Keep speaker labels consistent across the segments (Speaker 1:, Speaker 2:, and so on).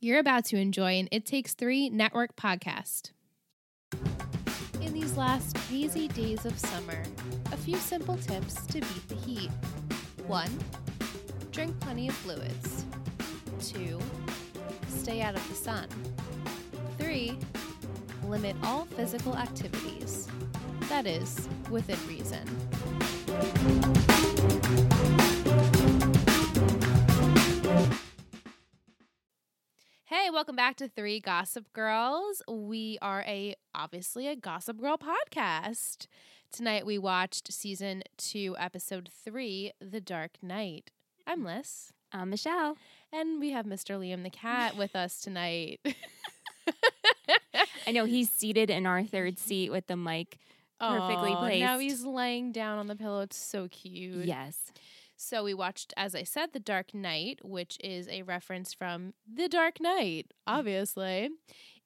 Speaker 1: You're about to enjoy an It Takes Three network podcast. In these last hazy days of summer, a few simple tips to beat the heat. 1. Drink plenty of fluids. 2. Stay out of the sun. 3. Limit all physical activities. That is, within reason. Hey, welcome back to Three Gossip Girls. We are a obviously a Gossip Girl podcast. Tonight we watched season 2 episode 3, The Dark Knight. I'm Liz,
Speaker 2: I'm Uh, Michelle.
Speaker 1: and we have Mr. Liam the cat with us tonight.
Speaker 2: I know he's seated in our third seat with the mic. Perfectly
Speaker 1: Aw, Now
Speaker 2: placed.
Speaker 1: he's laying down on the pillow. It's so cute.
Speaker 2: Yes.
Speaker 1: So we watched, as I said, The Dark Knight, which is a reference from The Dark Knight, obviously.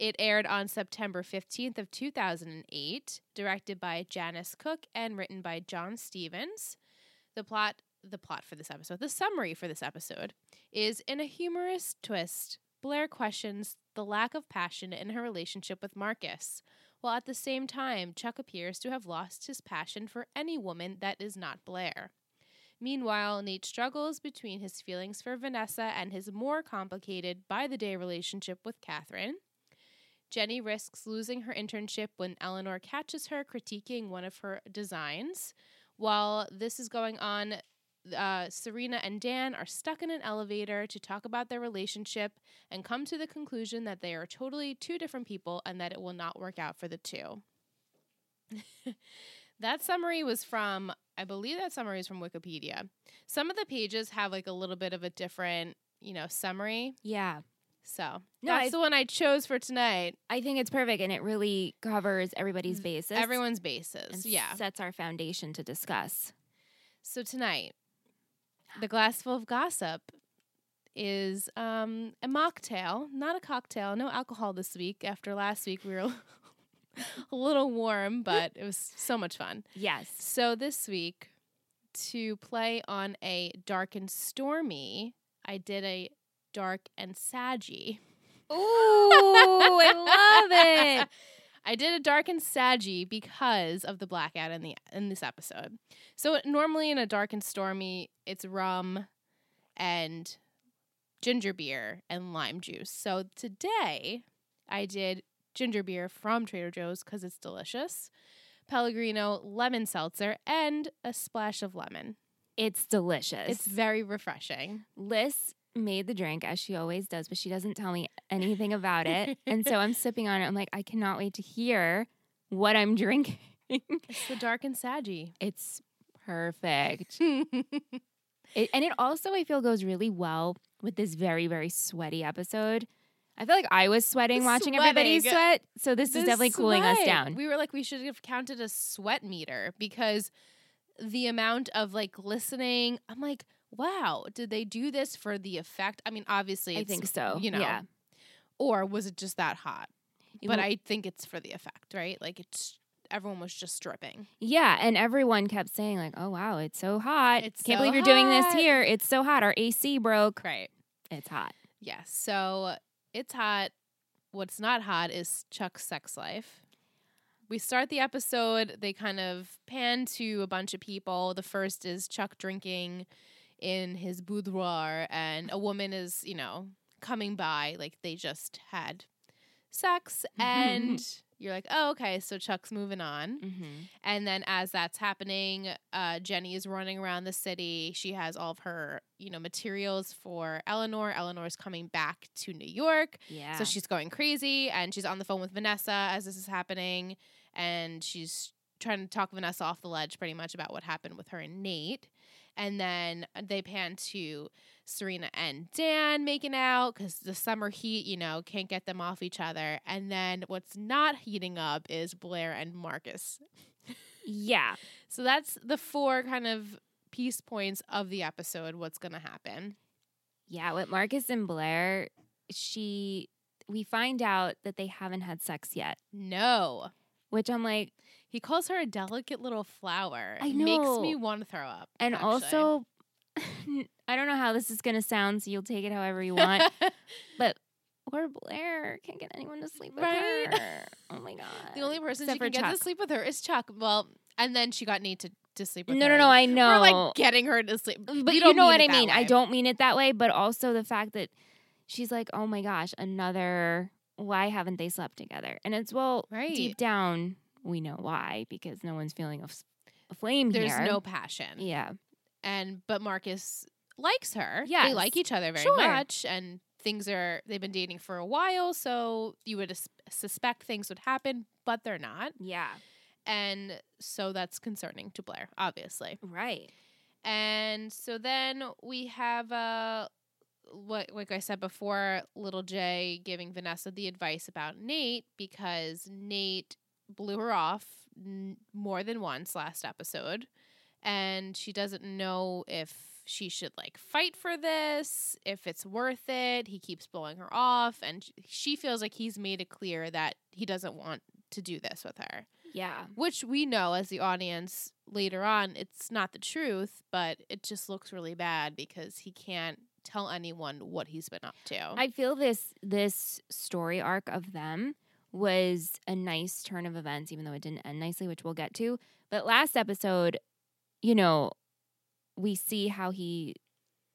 Speaker 1: It aired on September 15th of 2008, directed by Janice Cook and written by John Stevens. The plot the plot for this episode, the summary for this episode, is in a humorous twist, Blair questions the lack of passion in her relationship with Marcus, while at the same time, Chuck appears to have lost his passion for any woman that is not Blair. Meanwhile, Nate struggles between his feelings for Vanessa and his more complicated by the day relationship with Catherine. Jenny risks losing her internship when Eleanor catches her critiquing one of her designs. While this is going on, uh, Serena and Dan are stuck in an elevator to talk about their relationship and come to the conclusion that they are totally two different people and that it will not work out for the two. that summary was from, I believe that summary is from Wikipedia. Some of the pages have like a little bit of a different, you know, summary.
Speaker 2: Yeah.
Speaker 1: So
Speaker 2: No,
Speaker 1: that's
Speaker 2: I-
Speaker 1: the one I chose for tonight.
Speaker 2: I think it's perfect and it really covers everybody's bases.
Speaker 1: Everyone's
Speaker 2: and
Speaker 1: bases. Yeah.
Speaker 2: Sets our foundation to discuss.
Speaker 1: So tonight, the glass full of gossip is um, a mocktail, not a cocktail. No alcohol this week. After last week, we were a little warm, but it was so much fun.
Speaker 2: Yes.
Speaker 1: So this week, to play on a dark and stormy, I did a dark and saggy.
Speaker 2: Ooh, I love it.
Speaker 1: I did a dark and saggy because of the blackout in the in this episode. So normally in a dark and stormy, it's rum and ginger beer and lime juice. So today I did ginger beer from Trader Joe's cuz it's delicious. Pellegrino lemon seltzer and a splash of lemon.
Speaker 2: It's delicious.
Speaker 1: It's very refreshing.
Speaker 2: Liz made the drink as she always does, but she doesn't tell me anything about it. and so I'm sipping on it. I'm like, I cannot wait to hear what I'm drinking.
Speaker 1: It's the dark and saggy.
Speaker 2: it's perfect. It, and it also, I feel, goes really well with this very, very sweaty episode. I feel like I was sweating watching everybody
Speaker 1: Sweating.
Speaker 2: sweat. So this is
Speaker 1: The
Speaker 2: definitely cooling us
Speaker 1: sweat.
Speaker 2: down.
Speaker 1: We were like, we should have counted a sweat meter because the amount of like listening, I'm like, wow, did they do this for the effect? I mean, obviously,
Speaker 2: I
Speaker 1: it's-
Speaker 2: think so.
Speaker 1: you know,
Speaker 2: yeah.
Speaker 1: or was it just that hot?
Speaker 2: It
Speaker 1: but
Speaker 2: wa-
Speaker 1: I think it's for the effect, right? Like it's everyone was just dripping.
Speaker 2: yeah. And everyone kept saying, like, oh, wow, it's so hot.
Speaker 1: It's
Speaker 2: Can't
Speaker 1: so
Speaker 2: believe you're doing this
Speaker 1: hot."
Speaker 2: here. It's so hot. Our AC broke.
Speaker 1: Right.
Speaker 2: It's hot.
Speaker 1: Yes. So it's hot. What's not hot is Chuck's sex life. We start the episode, they kind of pan to a bunch of people. The first is Chuck drinking in his boudoir, and a woman is, you know, coming by. Like they just had sex, and you're like, oh, okay, so Chuck's moving on.
Speaker 2: Mm-hmm.
Speaker 1: And then as that's happening, uh, Jenny is running around the city. She has all of her, you know, materials for Eleanor. Eleanor's coming back to New York.
Speaker 2: Yeah.
Speaker 1: So she's going crazy and she's on the phone with Vanessa as this is happening. And she's trying to talk Vanessa off the ledge pretty much about what happened with her and Nate. And then uh, they pan to Serena and Dan making out because the summer heat, you know, can't get them off each other. And then what's not heating up is Blair and Marcus
Speaker 2: yeah.
Speaker 1: so that's the four kind of piece points of the episode. What's going to happen?
Speaker 2: Yeah. With Marcus and Blair, she, we find out that they haven't had sex yet,
Speaker 1: No.
Speaker 2: which I'm like,
Speaker 1: He calls her a delicate little flower.
Speaker 2: I
Speaker 1: It Makes
Speaker 2: know.
Speaker 1: me want to throw up.
Speaker 2: And
Speaker 1: actually.
Speaker 2: also, I don't know how this is going to sound, so you'll take it however you want. but poor Blair can't get anyone to sleep with
Speaker 1: Right?
Speaker 2: her. Oh my god.
Speaker 1: The only person
Speaker 2: Except
Speaker 1: she
Speaker 2: for
Speaker 1: can get to
Speaker 2: Chuck.
Speaker 1: sleep with her is Chuck. Well, and then she got Nate to, to sleep with
Speaker 2: no,
Speaker 1: her.
Speaker 2: no, no. I know.
Speaker 1: We're like getting her to sleep.
Speaker 2: but
Speaker 1: We
Speaker 2: you
Speaker 1: don't
Speaker 2: know what
Speaker 1: mean it
Speaker 2: I
Speaker 1: that
Speaker 2: mean. I
Speaker 1: way.
Speaker 2: don't mean it that way, but also the fact that she's like, oh my gosh, another. Why haven't they slept together? And it's well,
Speaker 1: Right.
Speaker 2: deep down, we know why because no one's feeling a, f- a flame
Speaker 1: There's
Speaker 2: here.
Speaker 1: no passion.
Speaker 2: Yeah.
Speaker 1: And but Marcus likes her. They
Speaker 2: Yes.
Speaker 1: like each other very
Speaker 2: Sure.
Speaker 1: much and things are they've been dating for a while, so you would as- suspect things would happen, but they're not.
Speaker 2: Yeah.
Speaker 1: And so that's concerning to Blair, obviously.
Speaker 2: Right.
Speaker 1: And so then we have uh what like I said before, little Jay giving Vanessa the advice about Nate because Nate blew her off n- more than once last episode and she doesn't know if she should like fight for this, if it's worth it. He keeps blowing her off and sh- she feels like he's made it clear that he doesn't want to do this with her
Speaker 2: Yeah.
Speaker 1: which we know as the audience later on it's not the truth but it just looks really bad because he can't tell anyone what he's been up to
Speaker 2: I feel this this story arc of them was a nice turn of events, even though it didn't end nicely, which we'll get to. But last episode, you know, we see how he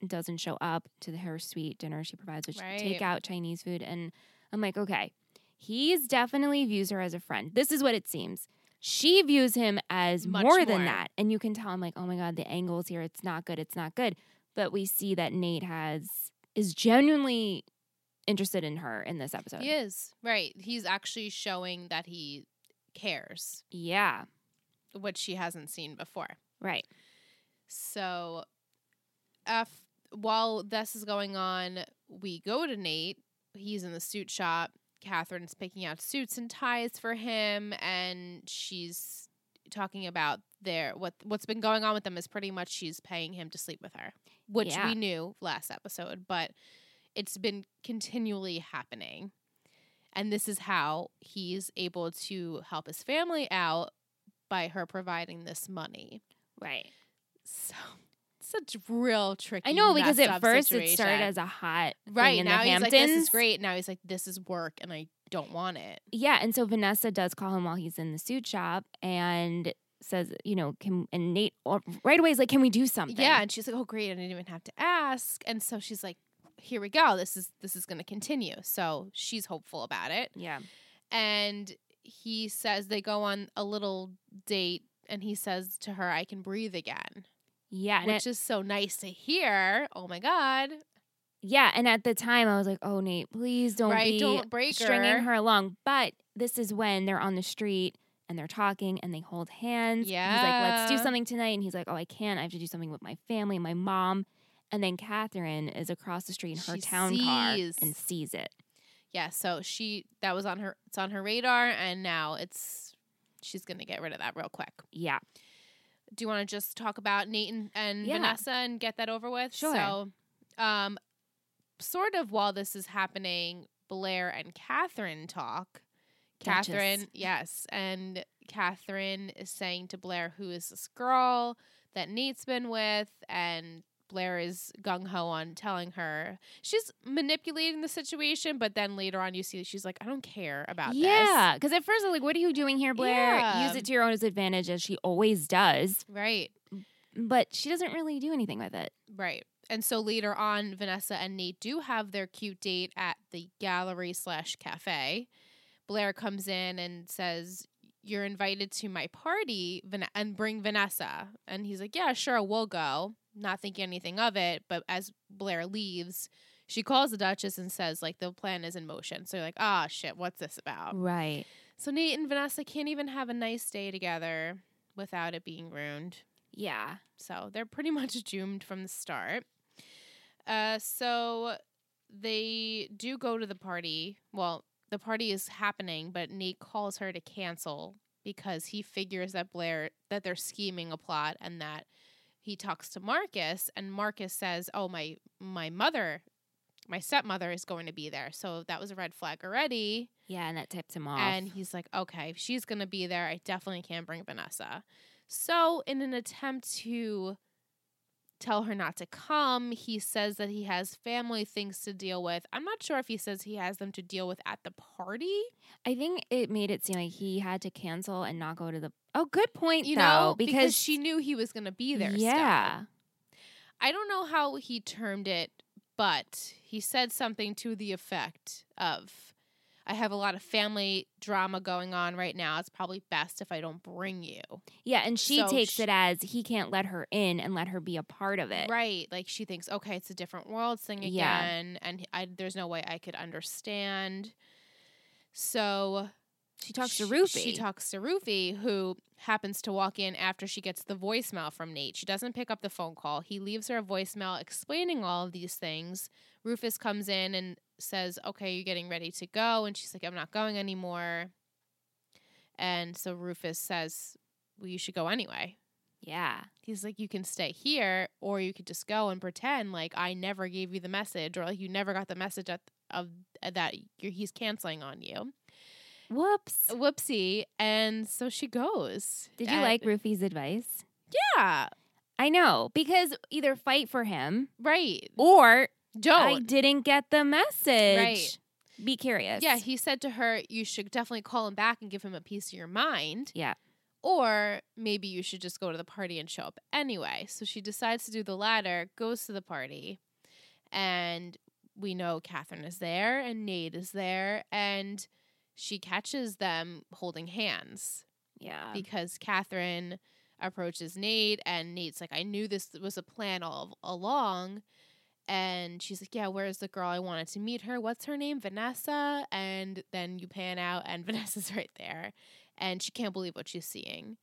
Speaker 2: doesn't show up to the her sweet dinner she provides, which
Speaker 1: Right.
Speaker 2: take out Chinese food, and I'm like, okay, he's definitely views her as a friend. This is what it seems. She views him as
Speaker 1: Much
Speaker 2: more than
Speaker 1: more.
Speaker 2: that, and you can tell. I'm like, oh my god, the angles here, it's not good, it's not good. But we see that Nate has is genuinely interested in her in this episode.
Speaker 1: he is right he's actually showing that he cares
Speaker 2: Yeah.
Speaker 1: which she hasn't seen before
Speaker 2: Right.
Speaker 1: so f while this is going on we go to nate he's in the suit shop catherine's picking out suits and ties for him and she's talking about their what what's been going on with them is pretty much she's paying him to sleep with her which
Speaker 2: Yeah.
Speaker 1: we knew last episode but it's been continually happening and this is how he's able to help his family out by her providing this money
Speaker 2: Right.
Speaker 1: so such real tricky.
Speaker 2: I know because
Speaker 1: messed
Speaker 2: at
Speaker 1: up
Speaker 2: first it
Speaker 1: situation.
Speaker 2: started as a hot
Speaker 1: right
Speaker 2: thing in
Speaker 1: now
Speaker 2: the
Speaker 1: he's
Speaker 2: Hamptons.
Speaker 1: like this is great. Now he's like this is work and I don't want it.
Speaker 2: Yeah, and so Vanessa does call him while he's in the suit shop and says, you know, can and Nate al- right away is like, can we do something?
Speaker 1: Yeah, and she's like, oh great, I didn't even have to ask. And so she's like, here we go. This is this is going to continue. So she's hopeful about it.
Speaker 2: Yeah.
Speaker 1: And he says they go on a little date. And he says to her, I can breathe again,
Speaker 2: Yeah. And
Speaker 1: which
Speaker 2: at,
Speaker 1: is so nice to hear. Oh my God.
Speaker 2: yeah. And at the time I was like, oh Nate, please don't
Speaker 1: right.
Speaker 2: be
Speaker 1: don't break
Speaker 2: stringing her along. But this is when they're on the street and they're talking and they hold hands. He's like, let's do
Speaker 1: Yeah.
Speaker 2: something tonight. And he's like, oh, I can't. I have to do something with my family, my mom. And then Catherine is across the street in her
Speaker 1: She
Speaker 2: town car and
Speaker 1: sees.
Speaker 2: sees it.
Speaker 1: yeah so she that was on her it's on her radar and now it's she's gonna get rid of that real quick
Speaker 2: Yeah.
Speaker 1: do you want to just talk about nate and, and
Speaker 2: Yeah.
Speaker 1: vanessa and get that over with
Speaker 2: Sure.
Speaker 1: so um sort of while this is happening blair and catherine talk
Speaker 2: Duchess.
Speaker 1: catherine yes and catherine is saying to blair who is this girl that nate's been with and blair is gung-ho on telling her she's manipulating the situation but then later on you see she's like i don't care about
Speaker 2: Yeah. Because at first I was like, what are you doing here, Blair?
Speaker 1: Yeah.
Speaker 2: Use it to your own disadvantage, as she always does.
Speaker 1: this right
Speaker 2: But she doesn't really do anything with it.
Speaker 1: Right. And so later on, Vanessa and Nate do have their cute date at the gallery slash cafe. Blair comes in and says, You're invited to my party Van- and bring Vanessa. And he's like, Yeah, sure, we'll go. Not thinking anything of it. But as Blair leaves, she calls the Duchess and says, like, the plan is in motion. So you're like, ah, shit, what's this
Speaker 2: Mm.
Speaker 1: about?
Speaker 2: Right.
Speaker 1: So Nate and Vanessa can't even have a nice day together without it being ruined.
Speaker 2: Yeah.
Speaker 1: So they're pretty much doomed from the start. Uh, so they do go to the party. Well, the party is happening, but Nate calls her to cancel because he figures that Blair that they're scheming a plot and that he talks to Marcus and Marcus says, "Oh my my mother, my stepmother is going to be there." So that was a red flag already.
Speaker 2: Yeah. And that tips him off.
Speaker 1: And he's like, okay, if she's going to be there, I definitely can't bring Vanessa. So, in an attempt to tell her not to come. He says that he has family things to deal with. I'm not sure if he says he has them to deal with at the party.
Speaker 2: I think it made it seem like he had to cancel and not go to the. Oh, good point.
Speaker 1: You
Speaker 2: though,
Speaker 1: know,
Speaker 2: because,
Speaker 1: she knew he was going to be there. still.
Speaker 2: Yeah,
Speaker 1: I don't know how he termed it, but he said something to the effect of I have a lot of family drama going on right now. It's probably best if I don't bring you.
Speaker 2: yeah, and she
Speaker 1: So
Speaker 2: takes
Speaker 1: she-
Speaker 2: it as he can't let her in and let her be a part of it.
Speaker 1: Right. Like she thinks, okay, it's a different world thing
Speaker 2: Yeah.
Speaker 1: again. And he- I, there's no way I could understand. So
Speaker 2: She talks to
Speaker 1: sh-
Speaker 2: Rufy.
Speaker 1: She talks to Rufy, who happens to walk in after she gets the voicemail from Nate. She doesn't pick up the phone call. He leaves her a voicemail explaining all of these things. Rufus comes in and says, Okay, you're getting ready to go. And she's like, I'm not going anymore. And so Rufus says, Well, you should go anyway.
Speaker 2: yeah,
Speaker 1: He's like, You can stay here, or you could just go and pretend like I never gave you the message, or like you never got the message at, of uh, that you're, he's canceling on you
Speaker 2: whoops.
Speaker 1: whoopsie and so she goes
Speaker 2: Did you
Speaker 1: And-
Speaker 2: like Rufy's advice?
Speaker 1: yeah
Speaker 2: I know because either fight for him
Speaker 1: right
Speaker 2: or I
Speaker 1: Mm. don't
Speaker 2: didn't get the message.
Speaker 1: Right.
Speaker 2: Be curious.
Speaker 1: yeah he said to her you should definitely call him back and give him a piece of your mind
Speaker 2: Yeah.
Speaker 1: or maybe you should just go to the party and show up anyway so she decides to do the latter goes to the party and we know catherine is there and nate is there and she catches them holding hands
Speaker 2: Yeah.
Speaker 1: because Catherine approaches Nate, and Nate's like, I knew this was a plan all along. And she's like, Yeah, where's the girl? I wanted to meet her. What's her name? Vanessa. And then you pan out, and Vanessa's right there. And she can't believe what she's seeing.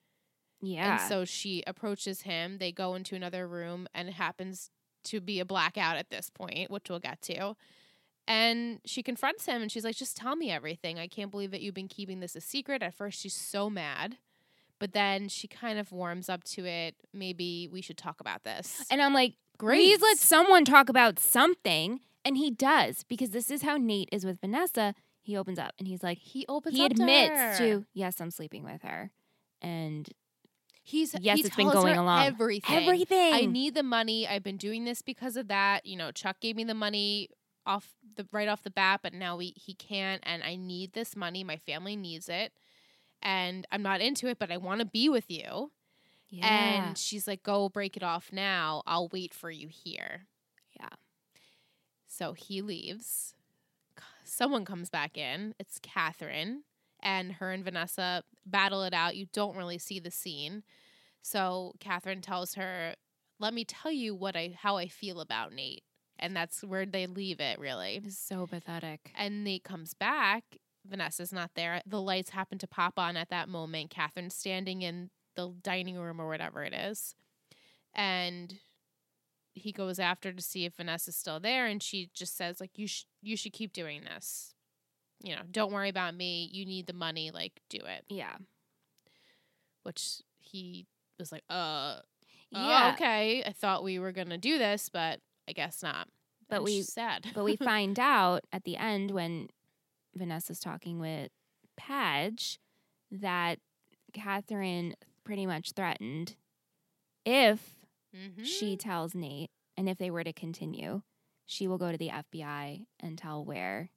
Speaker 2: yeah.
Speaker 1: And so she approaches him. They go into another room, and it happens to be a blackout at this point, which we'll get to. And she confronts him and she's like, Just tell me everything. I can't believe that you've been keeping this a secret. At first, she's so mad, but then she kind of warms up to it. Maybe we should talk about this.
Speaker 2: and I'm like,
Speaker 1: Great.
Speaker 2: Please let someone talk about something. And he does because this is how Nate is with Vanessa. He opens up and he's like,
Speaker 1: he opens
Speaker 2: he
Speaker 1: up her.
Speaker 2: admits to, yes, I'm sleeping with her. And
Speaker 1: He's,
Speaker 2: Yes,
Speaker 1: he
Speaker 2: it's been
Speaker 1: tells
Speaker 2: going
Speaker 1: her
Speaker 2: along.
Speaker 1: Everything.
Speaker 2: everything.
Speaker 1: I need the money. I've been doing this because of that. You know, Chuck gave me the money off the right off the bat, but now we, he can't and I need this money. My family needs it. And I'm not into it, but I want to be with you.
Speaker 2: yeah.
Speaker 1: And she's like, "Go break it off now. I'll wait for you here."
Speaker 2: Yeah.
Speaker 1: So he leaves. C- Someone comes back in. It's Catherine, and her and Vanessa battle it out. You don't really see the scene. So Catherine tells her, "Let me tell you what I how I feel about Nate," and that's where they leave it. Really.
Speaker 2: It was so pathetic.
Speaker 1: And Nate comes back. Vanessa's not there. The lights happen to pop on at that moment. Catherine's standing in the dining room or whatever it is. And he goes after to see if Vanessa's still there and she just says like you sh- you should keep doing this. You know, don't worry about me. You need the money, like do it.
Speaker 2: Yeah.
Speaker 1: Which he was like, "Uh, yeah,
Speaker 2: Yeah.
Speaker 1: okay. I thought we were going to do this, but I guess not."
Speaker 2: But
Speaker 1: And
Speaker 2: we-
Speaker 1: she's sad.
Speaker 2: but we find out at the end when Vanessa's talking with Padge that Catherine pretty much threatened if
Speaker 1: Mhm.
Speaker 2: she tells Nate, and if they were to continue, she will go to the FBI and tell where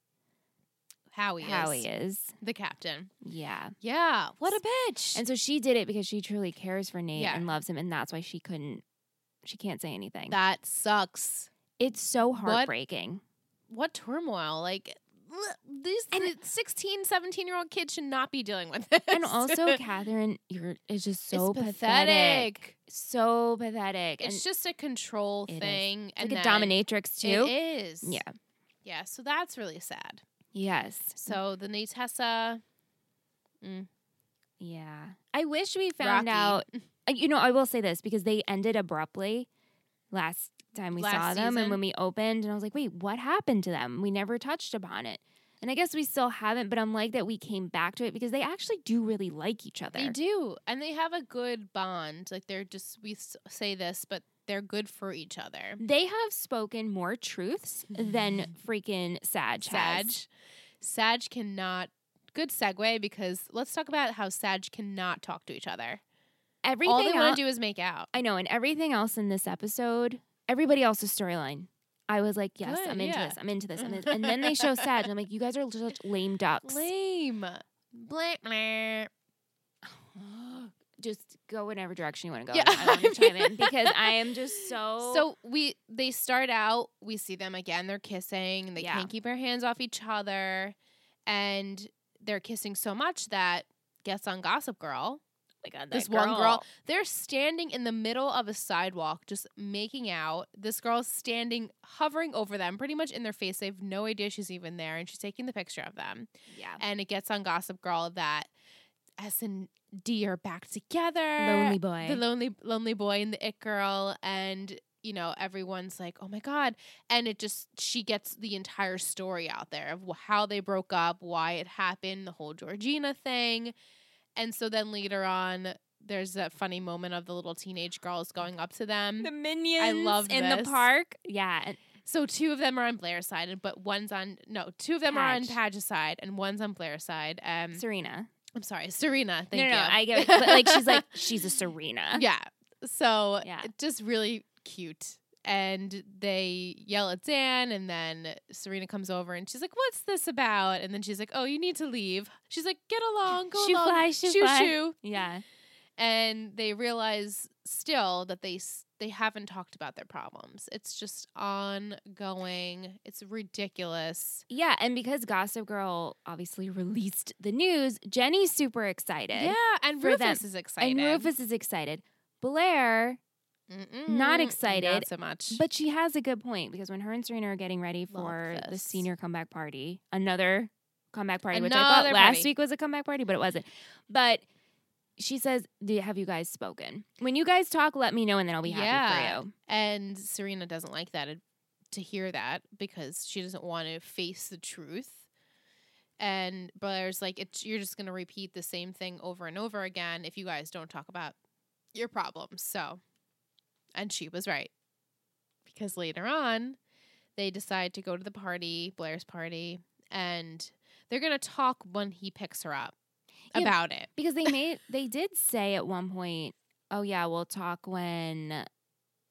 Speaker 1: Howie is
Speaker 2: Howie is.
Speaker 1: the captain.
Speaker 2: Yeah.
Speaker 1: Yeah. What a bitch.
Speaker 2: And so she did it because she truly cares for Nate
Speaker 1: Yeah.
Speaker 2: and loves him, and that's why she couldn't, she can't say anything.
Speaker 1: that sucks.
Speaker 2: it's so heartbreaking.
Speaker 1: What turmoil. Like, bleh, these
Speaker 2: And-
Speaker 1: the 16, 17 year old kids should not be dealing with this.
Speaker 2: And also, Catherine, you're is just so
Speaker 1: it's
Speaker 2: pathetic.
Speaker 1: pathetic.
Speaker 2: So pathetic. and
Speaker 1: It's just a control
Speaker 2: It is.
Speaker 1: thing.
Speaker 2: It's
Speaker 1: and
Speaker 2: like a
Speaker 1: then-
Speaker 2: dominatrix too.
Speaker 1: It is.
Speaker 2: Yeah.
Speaker 1: Yeah. So that's really sad.
Speaker 2: Yes.
Speaker 1: So the Natessa,
Speaker 2: Yeah. I wish we found
Speaker 1: Rocky.
Speaker 2: out. uh, You know, I will say this because they ended abruptly last time we saw
Speaker 1: Last
Speaker 2: them and
Speaker 1: season?
Speaker 2: when we opened and I was like, "Wait, what happened to them? We never touched upon it." And I guess we still haven't, but I'm like that we came back to it because they actually do really like each other.
Speaker 1: they do. And they have a good bond. Like, they're just, we s- say this, but they're good for each other.
Speaker 2: They have spoken more truths than freaking Sag
Speaker 1: Sag.
Speaker 2: has.
Speaker 1: Sag cannot. Good segue because let's talk about how Sag cannot talk to each other.
Speaker 2: everything
Speaker 1: All they
Speaker 2: el-
Speaker 1: want to do is make out.
Speaker 2: I know, and everything else in this episode, everybody else's storyline, I was like, yes,
Speaker 1: Good,
Speaker 2: I'm into
Speaker 1: yeah.
Speaker 2: this, I'm into this, I'm into this. And then they show Sag, and I'm like, you guys are such lame ducks.
Speaker 1: Lame. Blah, blah.
Speaker 2: Just go whatever direction you want to go.
Speaker 1: Yeah,
Speaker 2: I want
Speaker 1: I
Speaker 2: to chime
Speaker 1: mean-
Speaker 2: in because I am just so. oh
Speaker 1: So we they start out, we see them again, they're kissing, they
Speaker 2: Yeah.
Speaker 1: can't keep their hands off each other, and they're kissing so much that guess on Gossip Girl,
Speaker 2: my God,
Speaker 1: this
Speaker 2: that
Speaker 1: one girl, they're standing in the middle of a sidewalk just making out. This girl's standing hovering over them, pretty much in their face. They have no idea she's even there, and she's taking the picture of them.
Speaker 2: Yeah.
Speaker 1: And it gets on Gossip Girl that S and D are back together
Speaker 2: Lonely boy.
Speaker 1: the lonely lonely boy and the it girl and you know everyone's like oh my god and it just she gets the entire story out there of wh- how they broke up why it happened the whole georgina thing and so then later on there's that funny moment of the little teenage girls going up to them
Speaker 2: the minions
Speaker 1: love
Speaker 2: in
Speaker 1: this.
Speaker 2: the park. Yeah. And
Speaker 1: so two of them are on blair's side and- but one's on no two of them are on
Speaker 2: Padge.
Speaker 1: Padge's side and one's on blair's side um
Speaker 2: Serena.
Speaker 1: i'm sorry serena thank
Speaker 2: Mm-hmm. no, no,
Speaker 1: you
Speaker 2: no, I get it. But, like she's like she's a Serena.
Speaker 1: Yeah. So
Speaker 2: Yeah.
Speaker 1: it- just really cute. And they yell at Dan, and then Serena comes over and she's like, What's this about? And then she's like, Oh, you need to leave. She's like, Get along, go
Speaker 2: Shoo
Speaker 1: along.
Speaker 2: fly, shoo
Speaker 1: shoo,
Speaker 2: fly."
Speaker 1: shoo.
Speaker 2: Yeah.
Speaker 1: And they realize still that they s- they haven't talked about their problems. It's just ongoing. It's ridiculous.
Speaker 2: Yeah, and because Gossip Girl obviously released the news, Jenny's super excited.
Speaker 1: Yeah, and
Speaker 2: for them.
Speaker 1: Rufus is excited.
Speaker 2: And Rufus is excited. Blair,
Speaker 1: Mm-mm,
Speaker 2: not excited,
Speaker 1: Not so much.
Speaker 2: but she has a good point because when her and Serena are getting ready
Speaker 1: Love
Speaker 2: for the
Speaker 1: this.
Speaker 2: senior comeback party, another comeback party, which I
Speaker 1: Another
Speaker 2: thought last
Speaker 1: party.
Speaker 2: week was a comeback party, but it wasn't. But she says, "Do- Have you guys spoken? When you guys talk, let me know and then I'll be happy
Speaker 1: Yeah.
Speaker 2: for you.
Speaker 1: And Serena doesn't like that it- to hear that because she doesn't want to face the truth. And Blair's like, it's, you're just going to repeat the same thing over and over again if you guys don't talk about your problems. So, and she was right. Because later on, they decide to go to the party, Blair's party, and they're going to talk when he picks her up
Speaker 2: Yeah.
Speaker 1: about it.
Speaker 2: Because they made they did say at one point, Oh yeah, we'll talk when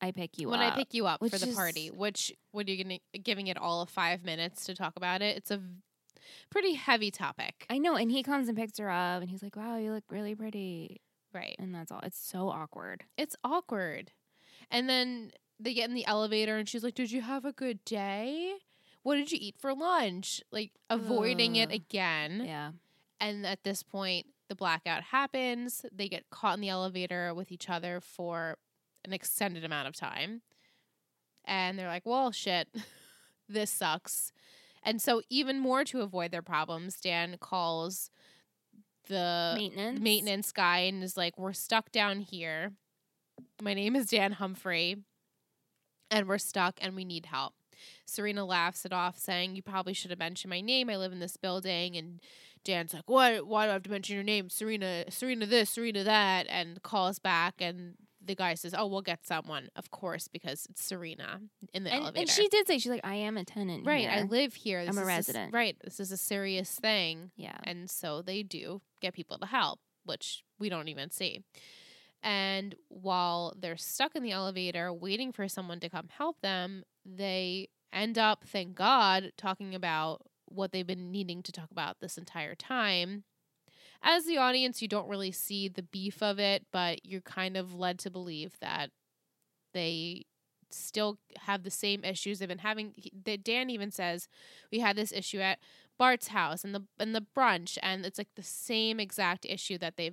Speaker 2: I pick you
Speaker 1: when
Speaker 2: up.
Speaker 1: I pick you up for
Speaker 2: which
Speaker 1: the
Speaker 2: is-
Speaker 1: party, which what are you gonna giving it all of five minutes to talk about it? It's a v- pretty heavy topic,
Speaker 2: I know, and he comes and picks her up, and he's like, "Wow, you look really pretty,"
Speaker 1: right?
Speaker 2: and that's all. It's so awkward.
Speaker 1: It's awkward, and then they get in the elevator, and she's like, "Did you have a good day? What did you eat for lunch?" Like avoiding it
Speaker 2: Ugh.
Speaker 1: again,
Speaker 2: Yeah,
Speaker 1: and at this point, the blackout happens. They get caught in the elevator with each other for an extended amount of time. And they're like, well, shit, this sucks. And so, even more to avoid their problems, Dan calls the
Speaker 2: Uh, maintenance,
Speaker 1: maintenance guy and is like, we're stuck down here. My name is Dan Humphrey, and we're stuck and we need help. Serena laughs it off, saying, You probably should have mentioned my name. I live in this building. And Dan's like, What? Why do I have to mention your name? Serena, Serena this, Serena that, and calls back. And the guy says, Oh, we'll get someone, of course, because it's Serena in the
Speaker 2: And,
Speaker 1: elevator.
Speaker 2: and she did say she's like, "I am a tenant,
Speaker 1: right.
Speaker 2: Here.
Speaker 1: I live here.
Speaker 2: I'm a
Speaker 1: is
Speaker 2: resident."
Speaker 1: right. This is a serious thing.
Speaker 2: yeah,
Speaker 1: And so they do get people to help, which we don't even see. And while they're stuck in the elevator waiting for someone to come help them, they end up, thank God, talking about what they've been needing to talk about this entire time. As the audience, you don't really see the beef of it, but you're kind of led to believe that they still have the same issues they've been having. He- that Dan even says, We had this issue at Bart's house and the and the brunch and it's like the same exact issue that they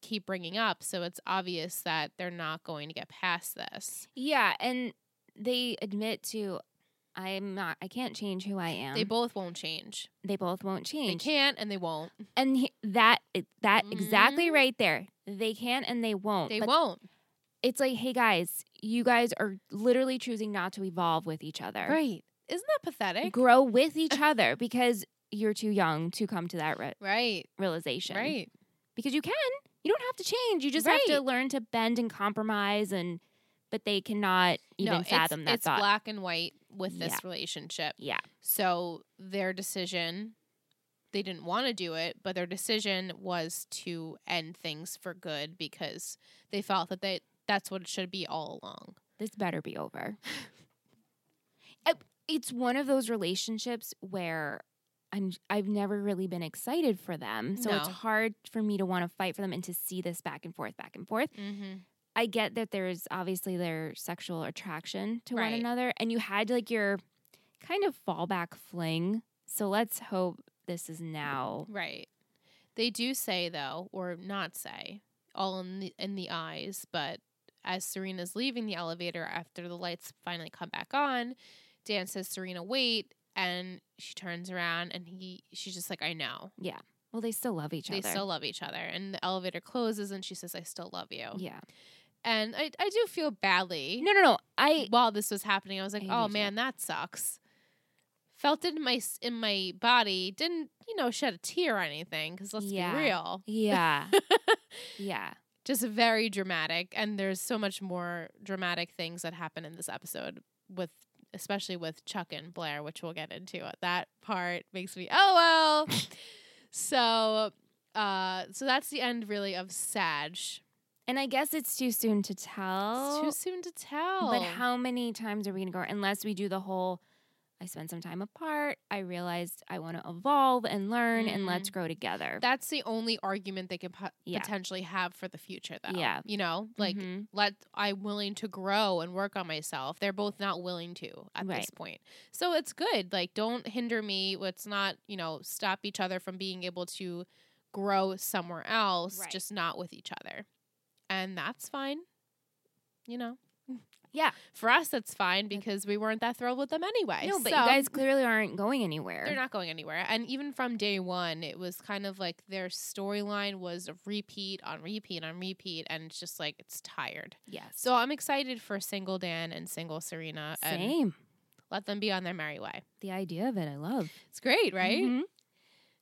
Speaker 1: keep bringing up so it's obvious that they're not going to get past this.
Speaker 2: yeah, and they admit to, "I'm not. I can't change who I am."
Speaker 1: They both won't change.
Speaker 2: They both won't change,
Speaker 1: They can't and they won't.
Speaker 2: and he, that it- that exactly
Speaker 1: Mhm.
Speaker 2: right there. They can and Mm-hmm. they won't.
Speaker 1: They
Speaker 2: but
Speaker 1: won't.
Speaker 2: It's like, hey guys, you guys are literally choosing not to evolve with each other.
Speaker 1: Right. Isn't that pathetic?
Speaker 2: Grow with each other because you're too young to come to that re-
Speaker 1: Right.
Speaker 2: realization.
Speaker 1: Right.
Speaker 2: Because you can. You don't have to change. You just have to
Speaker 1: Right.
Speaker 2: learn to bend and compromise and but they cannot even
Speaker 1: no,
Speaker 2: fathom
Speaker 1: it's,
Speaker 2: that
Speaker 1: it's
Speaker 2: thought.
Speaker 1: black and white with this
Speaker 2: Yeah.
Speaker 1: relationship.
Speaker 2: Yeah.
Speaker 1: So their decision they didn't want to do it, but their decision was to end things for good because they felt that they that's what it should be all along.
Speaker 2: This better be over. It- it's one of those relationships where I'm I've never really been excited for them. So it's
Speaker 1: No.
Speaker 2: hard for me to want to fight for them and to see this back and forth, back and forth.
Speaker 1: Mm-hmm.
Speaker 2: I get that there's obviously their sexual attraction to one
Speaker 1: Right.
Speaker 2: another, and you had like your kind of fallback fling. So let's hope this is now.
Speaker 1: Right. They do say though, or not say, all in the in the eyes, but as Serena's leaving the elevator after the lights finally come back on, Dan says Serena wait and she turns around and he she's just like, I know.
Speaker 2: Well, they still love each
Speaker 1: they
Speaker 2: other.
Speaker 1: still love each other. And the elevator closes and she says, I still love you.
Speaker 2: yeah.
Speaker 1: And I, I do feel badly
Speaker 2: No, no, no. I
Speaker 1: while this was happening. I was like,
Speaker 2: I
Speaker 1: oh
Speaker 2: do too.
Speaker 1: man, that sucks. Felt it in my s- in my body. Didn't you know shed a tear or anything? Because let's
Speaker 2: Yeah.
Speaker 1: be real,
Speaker 2: yeah. yeah.
Speaker 1: just very dramatic. And there's so much more dramatic things that happen in this episode with. Especially with Chuck and Blair, which we'll get into. uh, That part makes me oh well. so, uh, so that's the end really of Sag.
Speaker 2: And I guess it's too soon to tell.
Speaker 1: It's too soon to tell.
Speaker 2: Oh, But how many times are we gonna go? Unless we do the whole, I spent some time apart. I realized I want to evolve and learn, and
Speaker 1: Mhm.
Speaker 2: let's grow together.
Speaker 1: That's the only argument they could po-
Speaker 2: Yeah.
Speaker 1: potentially have for the future, though.
Speaker 2: Yeah.
Speaker 1: you know, like
Speaker 2: Mhm.
Speaker 1: let I'm willing to grow and work on myself. They're both not willing to at this
Speaker 2: Right.
Speaker 1: point, so it's good. Like, don't hinder me. Let's not, you know, stop each other from being able to grow somewhere else,
Speaker 2: Right.
Speaker 1: just not with each other, and that's fine. You know,
Speaker 2: Yeah.
Speaker 1: for us that's fine because we weren't that thrilled with them anyway.
Speaker 2: no, but
Speaker 1: So-
Speaker 2: you guys clearly aren't going anywhere.
Speaker 1: they're not going anywhere. And even from day one, it was kind of like their storyline was repeat on repeat on repeat. And it's just like, it's tired.
Speaker 2: Yes.
Speaker 1: So um, I'm excited for single Dan and single Serena and
Speaker 2: same.
Speaker 1: let them be on their merry way.
Speaker 2: The idea of it, I love.
Speaker 1: It's great, right?
Speaker 2: Mhm.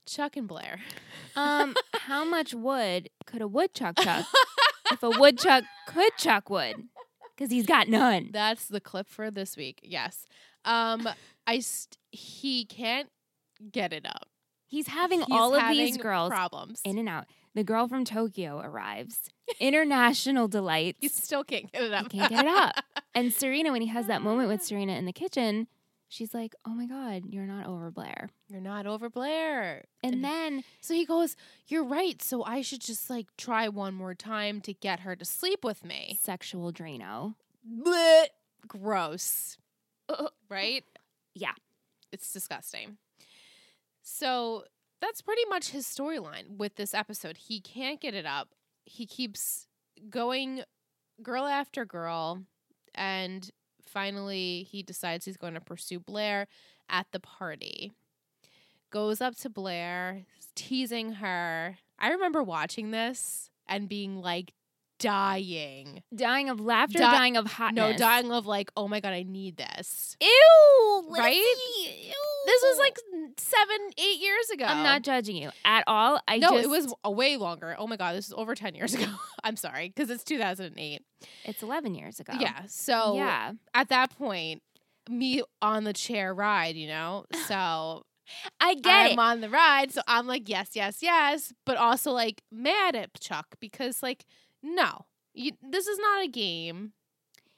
Speaker 1: Chuck and Blair.
Speaker 2: um, how much wood could a woodchuck chuck if a woodchuck could chuck wood? Because he's got none.
Speaker 1: That's the clip for this week. Yes. Um, I, st- he can't get it up.
Speaker 2: He's having
Speaker 1: He's
Speaker 2: all of these
Speaker 1: having
Speaker 2: girls
Speaker 1: problems.
Speaker 2: in and out. The girl from Tokyo arrives. International delights.
Speaker 1: he still can't get it up.
Speaker 2: can't get it up. And Serena, when he has that moment with Serena in the kitchen, she's like, "Oh my God, you're not over Blair."
Speaker 1: You're not over Blair.
Speaker 2: And
Speaker 1: And-
Speaker 2: then
Speaker 1: So he goes, You're right. So I should just like try one more time to get her to sleep with me.
Speaker 2: sexual Drano.
Speaker 1: Blech. Gross.
Speaker 2: Ugh.
Speaker 1: Right?
Speaker 2: Yeah.
Speaker 1: It's disgusting. So that's pretty much his storyline with this episode. He can't get it up. He keeps going girl after girl. And finally, he decides he's going to pursue Blair at the party. Goes up to Blair, teasing her. I remember watching this and being like dying.
Speaker 2: Dying of laughter,
Speaker 1: Di-
Speaker 2: dying of hotness.
Speaker 1: No, dying of like, oh my God, I need this.
Speaker 2: Ew,
Speaker 1: Right?
Speaker 2: Lizzie,
Speaker 1: This was
Speaker 2: ew.
Speaker 1: like seven, eight years ago.
Speaker 2: I'm not judging you at all. I
Speaker 1: no,
Speaker 2: just,
Speaker 1: it was a way longer. Oh my god, this is over ten years ago. I'm sorry, because it's 2008.
Speaker 2: It's 11 years ago.
Speaker 1: Yeah, Oh, so
Speaker 2: yeah.
Speaker 1: at that point, me on the chair ride, you know. So
Speaker 2: I
Speaker 1: I'm
Speaker 2: get it.
Speaker 1: on the ride, so I'm like yes, yes, yes, but also like mad at Chuck because like no, you, this is not a game.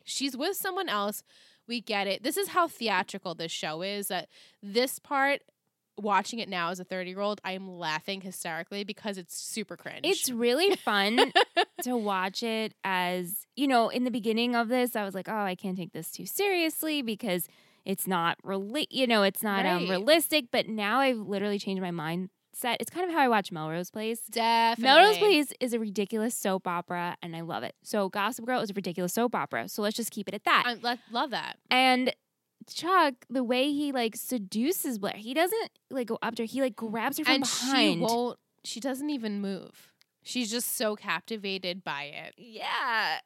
Speaker 1: She's with someone else. We get it. This is how theatrical this show is. That this part. Watching it now as a 30 year old, I'm laughing hysterically because it's super cringe.
Speaker 2: It's really fun to watch it as, you know, in the beginning of this, I was like, oh, I can't take this too seriously because it's not really, you know, it's not um,
Speaker 1: Right.
Speaker 2: realistic. But now I've literally changed my mindset. It's kind of how I watch Melrose Place.
Speaker 1: Definitely.
Speaker 2: Melrose Place is a ridiculous soap opera, and I love it. So Gossip Girl is a ridiculous soap opera. So let's just keep it at that.
Speaker 1: I lo- love that.
Speaker 2: and Chuck, the way he like seduces Blair, he doesn't like go up to her. He like grabs her from
Speaker 1: and she
Speaker 2: behind.
Speaker 1: won't. She doesn't even move. She's just so captivated by it.
Speaker 2: yeah,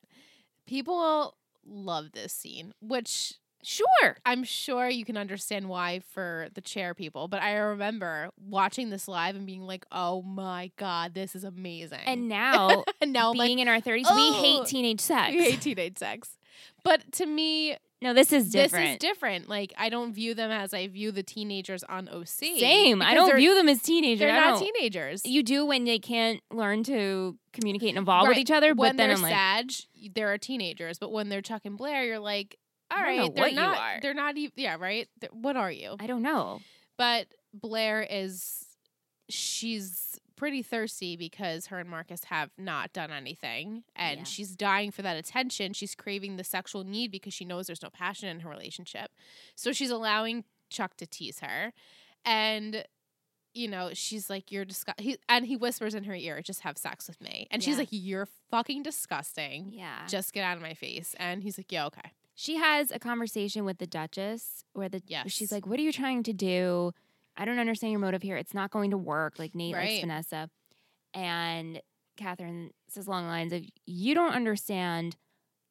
Speaker 1: People love this scene, which
Speaker 2: sure.
Speaker 1: I'm sure you can understand why for the chair people. But I remember watching this live and being like, "Oh my god, this is amazing!"
Speaker 2: And now,
Speaker 1: and now I'm like,
Speaker 2: being in our 30s, we
Speaker 1: "Oh."
Speaker 2: hate teenage sex.
Speaker 1: We hate teenage sex. But to me,
Speaker 2: No, this is different.
Speaker 1: This is different. Like I don't view them as I view the teenagers on OC.
Speaker 2: Same. I
Speaker 1: because
Speaker 2: don't
Speaker 1: they're-
Speaker 2: view them as teenagers.
Speaker 1: They're
Speaker 2: I
Speaker 1: not
Speaker 2: don't-
Speaker 1: teenagers.
Speaker 2: You do when they can't learn to communicate and evolve with
Speaker 1: Right.
Speaker 2: each other,
Speaker 1: when
Speaker 2: but then
Speaker 1: they're
Speaker 2: I'm like,
Speaker 1: Sag, they're teenagers, but when they're Chuck and Blair, you're like, all
Speaker 2: I don't know
Speaker 1: right, they're
Speaker 2: what you
Speaker 1: not.
Speaker 2: are.
Speaker 1: They're not even. Yeah, right. They're- what are you?
Speaker 2: I don't know.
Speaker 1: But Blair is, she's pretty thirsty because her and Marcus have not done anything, and
Speaker 2: Yeah.
Speaker 1: she's dying for that attention. She's craving the sexual need because she knows there's no passion in her relationship, so she's allowing Chuck to tease her, and. You know, she's like, "You're disgusting," he, and he whispers in her ear, "Just have sex with me," and she's
Speaker 2: Yeah.
Speaker 1: like, "You're fucking disgusting."
Speaker 2: Yeah.
Speaker 1: just get out of my face. And he's like, yeah, okay.
Speaker 2: she has a conversation with the Duchess where the
Speaker 1: Yes.
Speaker 2: she's like, "What are you trying to do? I don't understand your motive here. It's not going to work." Like Nate likes
Speaker 1: Right.
Speaker 2: Vanessa, and Catherine says along the lines of, "You don't understand.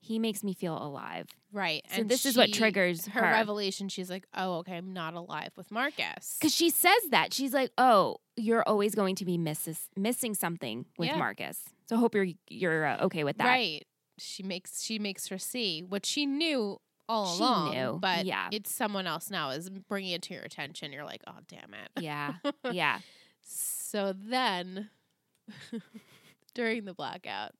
Speaker 2: He makes me feel alive."
Speaker 1: Right.
Speaker 2: So this is what
Speaker 1: she-
Speaker 2: triggers
Speaker 1: her,
Speaker 2: her
Speaker 1: revelation. She's like, oh, okay, I'm not alive with Marcus.
Speaker 2: because she says that she's like, "Oh, you're always going to be misses, missing something with
Speaker 1: Yeah.
Speaker 2: Marcus. So hope you're you're uh, okay with that."
Speaker 1: Right. She makes she makes her see what she knew all
Speaker 2: She
Speaker 1: along.
Speaker 2: knew,
Speaker 1: But
Speaker 2: yeah.
Speaker 1: it's someone else now is bringing it to your attention. You're like, oh, damn it.
Speaker 2: Yeah, yeah.
Speaker 1: So then, during the blackout,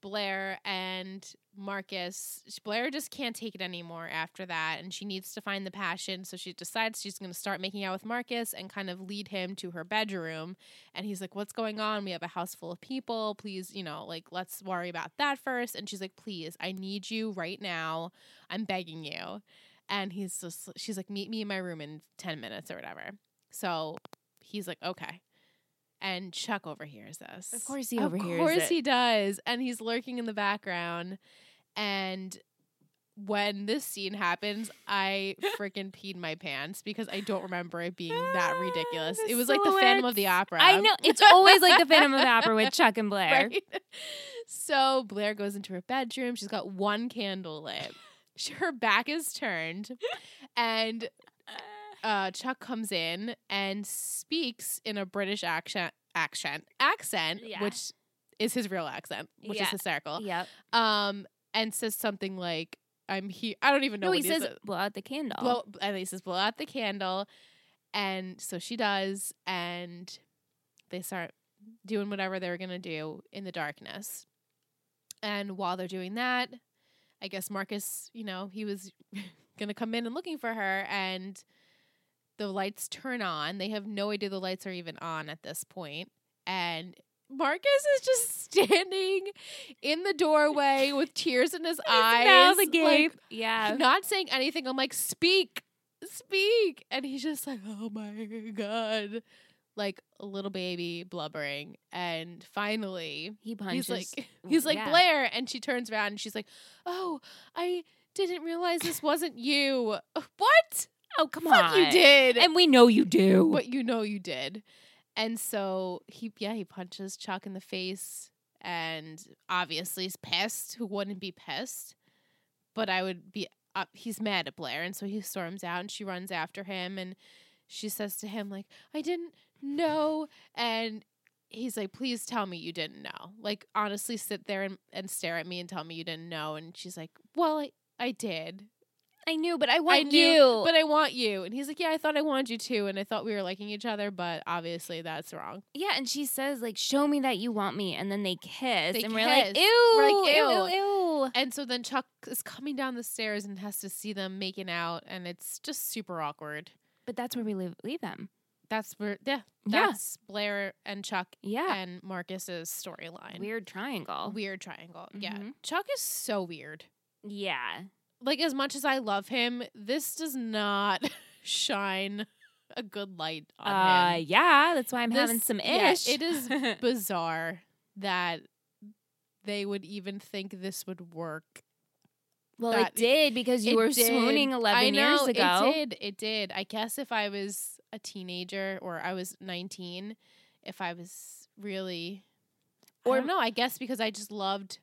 Speaker 1: Blair and Marcus, Blair just can't take it anymore after that, and she needs to find the passion. So she decides she's going to start making out with Marcus and kind of lead him to her bedroom. And he's like, What's going on? We have a house full of people. Please, you know, like, let's worry about that first. And she's like, Please, I need you right now. I'm begging you. And he's just, she's like, Meet me in my room in 10 minutes or whatever. So he's like, okay. And Chuck overhears this.
Speaker 2: Of course he
Speaker 1: Of
Speaker 2: overhears
Speaker 1: course
Speaker 2: it.
Speaker 1: he does. And he's lurking in the background. And when this scene happens, I freaking peed my pants because I don't remember it being that
Speaker 2: Ah,
Speaker 1: ridiculous.
Speaker 2: the
Speaker 1: It was like the Phantom of the Opera.
Speaker 2: I know it's always like the Phantom of the Opera with Chuck and Blair.
Speaker 1: Right? So Blair goes into her bedroom. She's got one candle lit. She- Her back is turned, and uh, Chuck comes in and speaks in a British accent, accent, accent,
Speaker 2: Yeah.
Speaker 1: which is his real accent, which
Speaker 2: Yeah.
Speaker 1: is hysterical.
Speaker 2: Yep.
Speaker 1: Um, and says something like, "I'm here." I don't even know.
Speaker 2: No,
Speaker 1: what
Speaker 2: he says
Speaker 1: said.
Speaker 2: blow out the candle.
Speaker 1: blow, and he says, "Blow out the candle," and so she does, and they start doing whatever they were gonna do in the darkness. And while they're doing that, I guess Marcus, you know, he was gonna come in and looking for her, and the lights turn on. They have no idea the lights are even on at this point, and. Marcus is just standing in the doorway with tears in his, eyes.
Speaker 2: mouth
Speaker 1: like,
Speaker 2: agape. yeah.
Speaker 1: not saying anything. I'm like, speak, speak. And he's just like, oh my God. Like a little baby blubbering. And finally,
Speaker 2: He punches.
Speaker 1: he's like, he's like,
Speaker 2: yeah.
Speaker 1: Blair. And she turns around and she's like, oh, I didn't realize this wasn't you. What?
Speaker 2: oh come
Speaker 1: Fuck,
Speaker 2: on,
Speaker 1: you did.
Speaker 2: and we know you do.
Speaker 1: But you know you did. And so he, yeah, he punches Chuck in the face and obviously is pissed. Who wouldn't be pissed? But I would be up. He's mad at Blair. And so he storms out and she runs after him. And she says to him, like, I didn't know. And he's like, please tell me you didn't know. Like, honestly, sit there and, and stare at me and tell me you didn't know. And she's like, well, I, I did.
Speaker 2: I knew, but I want
Speaker 1: knew,
Speaker 2: you.
Speaker 1: But I want you. And he's like, Yeah, I thought I wanted you too. And I thought we were liking each other, but obviously that's wrong.
Speaker 2: yeah, and she says like, "Show me that you want me," and then they kiss,
Speaker 1: They
Speaker 2: and we're like,
Speaker 1: kiss.
Speaker 2: "Ew,
Speaker 1: We're like,
Speaker 2: ew,
Speaker 1: ew.
Speaker 2: ew, ew."
Speaker 1: And so then Chuck is coming down the stairs and has to see them making out. And it's just super awkward.
Speaker 2: But that's where we leave, leave them.
Speaker 1: That's where, yeah,
Speaker 2: Yeah.
Speaker 1: that's Blair and Chuck
Speaker 2: Yeah,
Speaker 1: and Marcus's storyline.
Speaker 2: weird triangle.
Speaker 1: Weird triangle. Yeah.
Speaker 2: Mhm.
Speaker 1: Chuck is so weird.
Speaker 2: Yeah,
Speaker 1: Like, as much as I love him, this does not shine a good light on him.
Speaker 2: uh, yeah. That's why I'm having
Speaker 1: This-
Speaker 2: some
Speaker 1: yeah,
Speaker 2: ish.
Speaker 1: it is bizarre that they would even think this would work.
Speaker 2: well,
Speaker 1: that-
Speaker 2: it did because you
Speaker 1: It
Speaker 2: were
Speaker 1: did.
Speaker 2: swooning
Speaker 1: I
Speaker 2: eleven years
Speaker 1: know,
Speaker 2: ago.
Speaker 1: It did. It did. I guess if I was a teenager or I was 19, if I was really. Or
Speaker 2: Or-
Speaker 1: no, I guess because I just loved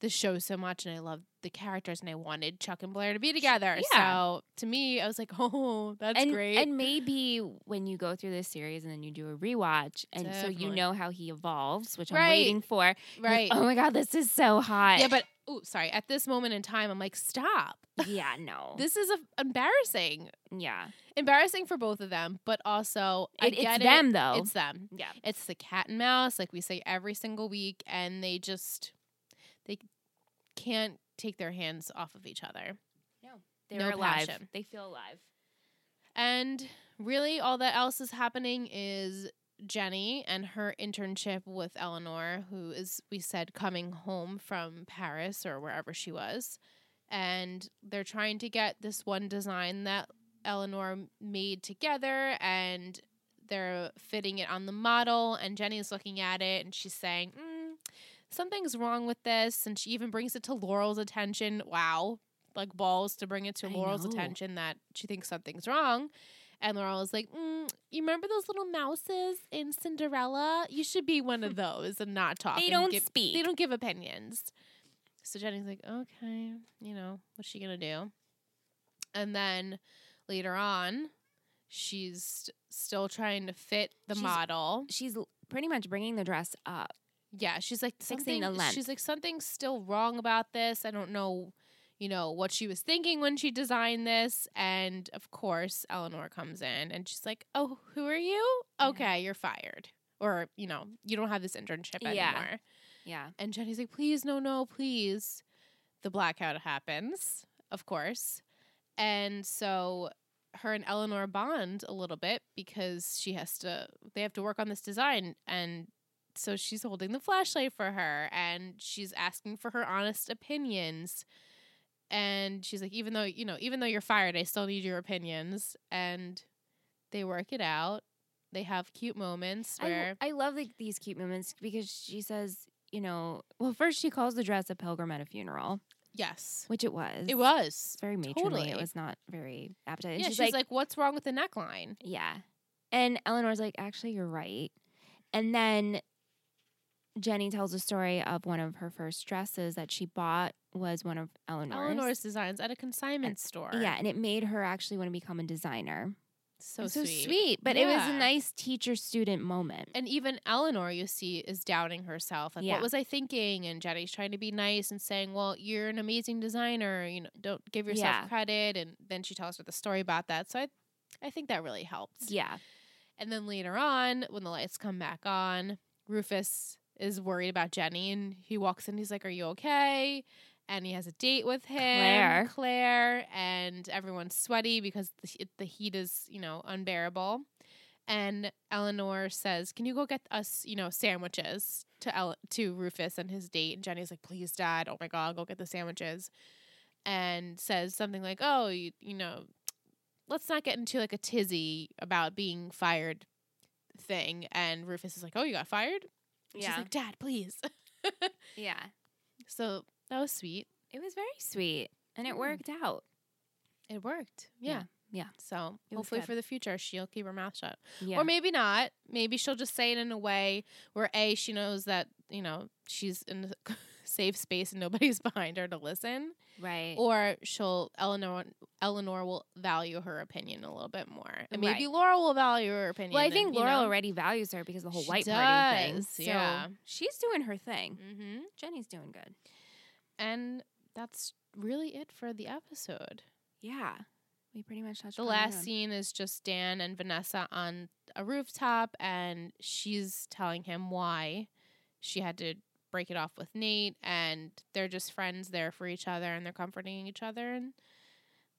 Speaker 1: the show so much and I loved the characters and I wanted Chuck and Blair to be together.
Speaker 2: Yeah.
Speaker 1: So to me, I was like, oh, that's
Speaker 2: and,
Speaker 1: great.
Speaker 2: And maybe when you go through this series and then you do a rewatch, and so you
Speaker 1: Definitely.
Speaker 2: know how he evolves, which I'm
Speaker 1: Right.
Speaker 2: waiting for. You're
Speaker 1: right.
Speaker 2: like, oh my god, this is so hot.
Speaker 1: yeah, but oh, sorry. At this moment in time, I'm like, stop.
Speaker 2: yeah, no,
Speaker 1: This is a- embarrassing.
Speaker 2: yeah,
Speaker 1: Embarrassing for both of them, but also I
Speaker 2: It-
Speaker 1: get
Speaker 2: it's
Speaker 1: it.
Speaker 2: them though.
Speaker 1: It's them.
Speaker 2: yeah,
Speaker 1: It's the cat and mouse, like we say every single week, and they just they can't take their hands off of each other.
Speaker 2: they're
Speaker 1: no
Speaker 2: alive.
Speaker 1: passion.
Speaker 2: They feel alive.
Speaker 1: And really, all that else is happening is Jenny and her internship with Eleanor, who is, we said, coming home from Paris or wherever she was. And they're trying to get this one design that Eleanor made together and they're fitting it on the model. And Jenny's looking at it and she's saying, mm, Something's wrong with this. And she even brings it to Laurel's attention. Wow. Like balls to bring it to
Speaker 2: I
Speaker 1: Laurel's
Speaker 2: know.
Speaker 1: attention that she thinks something's wrong. And Laurel is like, mm, You remember those little mouses in Cinderella? You should be one of those and not talk.
Speaker 2: Hmm.
Speaker 1: and
Speaker 2: They don't
Speaker 1: give-
Speaker 2: speak.
Speaker 1: They don't give opinions. So Jenny's like, Okay, you know, what's she going to do? And then later on, she's still trying to fit the
Speaker 2: She's-
Speaker 1: model.
Speaker 2: She's l- pretty much bringing the dress up.
Speaker 1: Yeah, she's like
Speaker 2: Fixing
Speaker 1: something.
Speaker 2: the length.
Speaker 1: She's like something's still wrong about this. I don't know, you know, what she was thinking when she designed this. And of course, Eleanor comes in and she's like, "Oh, who are you?
Speaker 2: Yeah.
Speaker 1: Okay, you're fired, or you know, you don't have this internship
Speaker 2: Yeah.
Speaker 1: anymore."
Speaker 2: Yeah,
Speaker 1: And Jenny's like, "Please, no, no, please." The blackout happens, of course, and so her and Eleanor bond a little bit because she has to. They have to work on this design, and so she's holding the flashlight for her, and she's asking for her honest opinions. And she's like, "Even though you know, even though you're fired, I still need your opinions." And they work it out. They have cute moments
Speaker 2: I,
Speaker 1: where
Speaker 2: lo- I love like, these cute moments because she says, you know, well, first she calls the dress a pilgrim at a funeral,
Speaker 1: yes,
Speaker 2: which it was.
Speaker 1: it was.
Speaker 2: It's very matronly. It
Speaker 1: Totally.
Speaker 2: was not very appetizing.
Speaker 1: yeah,
Speaker 2: she's,
Speaker 1: she's
Speaker 2: like,
Speaker 1: like, "What's wrong with the neckline?"
Speaker 2: Yeah. And Eleanor's like, actually, you're right. And then Jenny tells a story of one of her first dresses that she bought was one of Eleanor's.
Speaker 1: Eleanor's designs at a consignment store.
Speaker 2: Yeah, and it made her actually want to become a designer.
Speaker 1: so,
Speaker 2: so
Speaker 1: sweet.
Speaker 2: but it was a
Speaker 1: Yeah.
Speaker 2: nice teacher student moment.
Speaker 1: And even Eleanor, you see, is doubting herself. Like,
Speaker 2: Yeah.
Speaker 1: what was I thinking? And Jenny's trying to be nice and saying, "Well, you're an amazing designer. You know, don't give yourself
Speaker 2: Yeah.
Speaker 1: credit." And then she tells her the story about that. So I, I think that really helped.
Speaker 2: yeah,
Speaker 1: And then later on, when the lights come back on, Rufus is worried about Jenny and he walks in. He's like, Are you okay? And he has a date with him,
Speaker 2: Claire.
Speaker 1: Claire, and everyone's sweaty because the, he- the heat is, you know, unbearable. And Eleanor says, "Can you go get us, you know, sandwiches to El- to Rufus and his date?" And Jenny's like, "Please, Dad! Oh my God, go get the sandwiches!" And says something like, "Oh, you, you know, let's not get into like a tizzy about being fired thing." And Rufus is like, "Oh, you got fired?" And She's like, "Dad, please."
Speaker 2: yeah.
Speaker 1: so that was sweet.
Speaker 2: It was very sweet, and it
Speaker 1: Mm.
Speaker 2: worked out.
Speaker 1: It worked.
Speaker 2: Yeah,
Speaker 1: Yeah.
Speaker 2: yeah.
Speaker 1: So
Speaker 2: It was
Speaker 1: hopefully
Speaker 2: good.
Speaker 1: for the future, she'll keep her mouth shut.
Speaker 2: Yeah,
Speaker 1: Or maybe not. Maybe she'll just say it in a way where A, she knows that, you know, she's in a safe space and nobody's behind her to listen.
Speaker 2: right.
Speaker 1: Or she'll Eleanor Eleanor will value her opinion a little bit more. And maybe
Speaker 2: Right.
Speaker 1: Laura will value her opinion.
Speaker 2: well, I think
Speaker 1: and, you
Speaker 2: Laura
Speaker 1: know.
Speaker 2: already values her because of the whole
Speaker 1: She
Speaker 2: white party thing.
Speaker 1: does,
Speaker 2: So
Speaker 1: yeah.
Speaker 2: she's doing her thing.
Speaker 1: Mhm.
Speaker 2: Jenny's doing good.
Speaker 1: And that's really it for the episode.
Speaker 2: Yeah, we pretty much touched
Speaker 1: The
Speaker 2: upon
Speaker 1: last
Speaker 2: everyone.
Speaker 1: scene is just Dan and Vanessa on a rooftop, and she's telling him why she had to break it off with Nate, and they're just friends there for each other, and they're comforting each other, and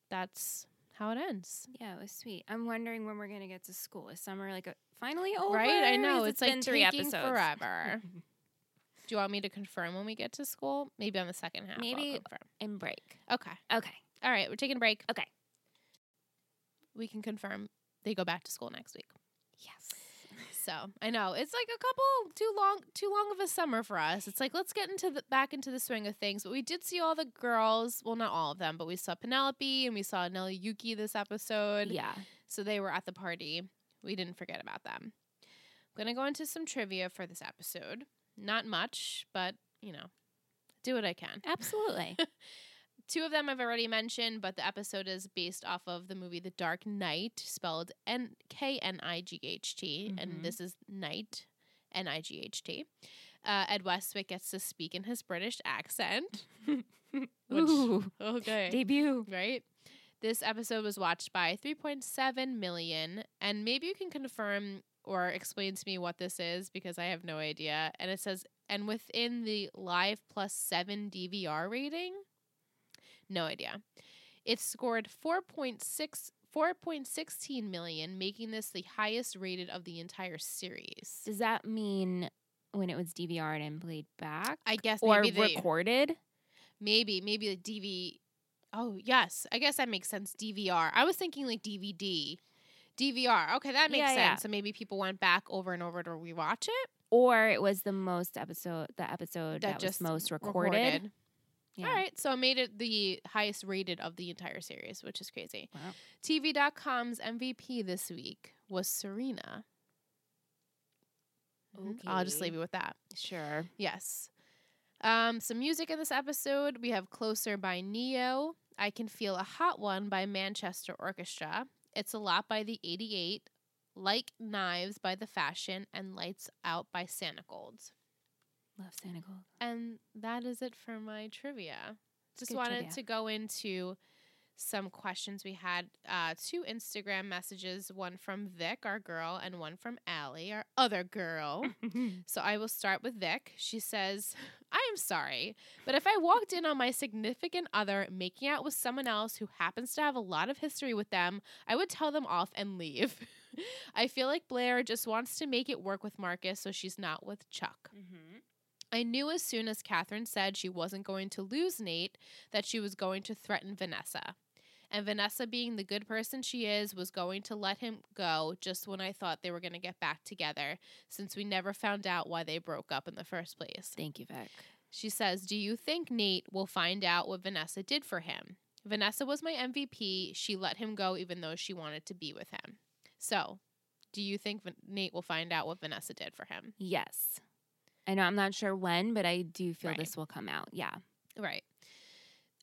Speaker 1: that's how it ends.
Speaker 2: Yeah, it was sweet. I'm wondering when we're gonna get to school. Is summer like a, finally over?
Speaker 1: Right? I know
Speaker 2: Is it
Speaker 1: it's, like
Speaker 2: been three
Speaker 1: taking
Speaker 2: episodes.
Speaker 1: forever. Do you want me to confirm when we get to school? Maybe on the second half. I'll
Speaker 2: Maybe-
Speaker 1: confirm.
Speaker 2: and break.
Speaker 1: Okay.
Speaker 2: Okay.
Speaker 1: All right. We're taking a break.
Speaker 2: Okay.
Speaker 1: We can confirm they go back to school next week.
Speaker 2: Yes.
Speaker 1: So I know it's like a couple too long, too long of a summer for us. It's like let's get into the back into the swing of things. But we did see all the girls. Well, not all of them, but we saw Penelope and we saw Nelly Yuki this episode.
Speaker 2: Yeah.
Speaker 1: So they were at the party. We didn't forget about them. I'm gonna go into some trivia for this episode. Not much, but you know, do what I can.
Speaker 2: Absolutely.
Speaker 1: Two of them I've already mentioned, but the episode is based off of the movie The Dark Knight, spelled N K N I G H T,
Speaker 2: Mhm.
Speaker 1: and this is Knight, N I G H T. Uh, Ed Westwick gets to speak in his British accent. Which-
Speaker 2: Ooh,
Speaker 1: okay.
Speaker 2: debut.
Speaker 1: right? This episode was watched by 3.7 million, and maybe you can confirm or explain to me what this is because I have no idea. And it says, and within the live plus seven DVR rating? No idea. It scored 4.6. 4.16 million, making this the highest rated of the entire series.
Speaker 2: Does that mean when it was DVR'd and played back?
Speaker 1: I guess
Speaker 2: or
Speaker 1: maybe they,
Speaker 2: recorded?
Speaker 1: maybe maybe the DV. Oh yes, I guess that makes sense. DVR. I was thinking like DVD, DVR. Okay, that makes
Speaker 2: Yeah,
Speaker 1: sense.
Speaker 2: yeah.
Speaker 1: So maybe people went back over and over to rewatch it.
Speaker 2: Or it was the most episode, the episode that,
Speaker 1: That
Speaker 2: was
Speaker 1: just
Speaker 2: most recorded? Yeah.
Speaker 1: All right, so it made it the highest rated of the entire series, which is crazy.
Speaker 2: Wow.
Speaker 1: TV.com's MVP this week was Serena. Mhm. I'll just
Speaker 2: Okay.
Speaker 1: leave you with that.
Speaker 2: Sure.
Speaker 1: Yes. Um, some music in this episode. We have Closer by Neo, I Can Feel a Hot One by Manchester Orchestra, It's a Lot by the 88, Like Knives by The Fashion, and Lights Out by Santa Gold.
Speaker 2: Love Santa Gold.
Speaker 1: And that is it for my trivia. Just
Speaker 2: good
Speaker 1: wanted
Speaker 2: trivia.
Speaker 1: to go into some questions we had uh, two Instagram messages one from Vic, our girl, and one from Allie, our other girl.
Speaker 2: Mm-hmm.
Speaker 1: So I will start with Vic. She says, I am sorry, but if I walked in on my significant other making out with someone else who happens to have a lot of history with them, I would tell them off and leave. I feel like Blair just wants to make it work with Marcus so she's not with Chuck.
Speaker 2: Mm-hmm.
Speaker 1: I knew as soon as Catherine said she wasn't going to lose Nate that she was going to threaten Vanessa. And Vanessa, being the good person she is, was going to let him go just when I thought they were going to get back together, since we never found out why they broke up in the first place.
Speaker 2: Thank you, Vic.
Speaker 1: She says, Do you think Nate will find out what Vanessa did for him? Vanessa was my MVP. She let him go even though she wanted to be with him. So, do you think Van- Nate will find out what Vanessa did for him?
Speaker 2: Yes. I know I'm not sure when, but I do feel
Speaker 1: Right.
Speaker 2: this will come out. Yeah.
Speaker 1: Right.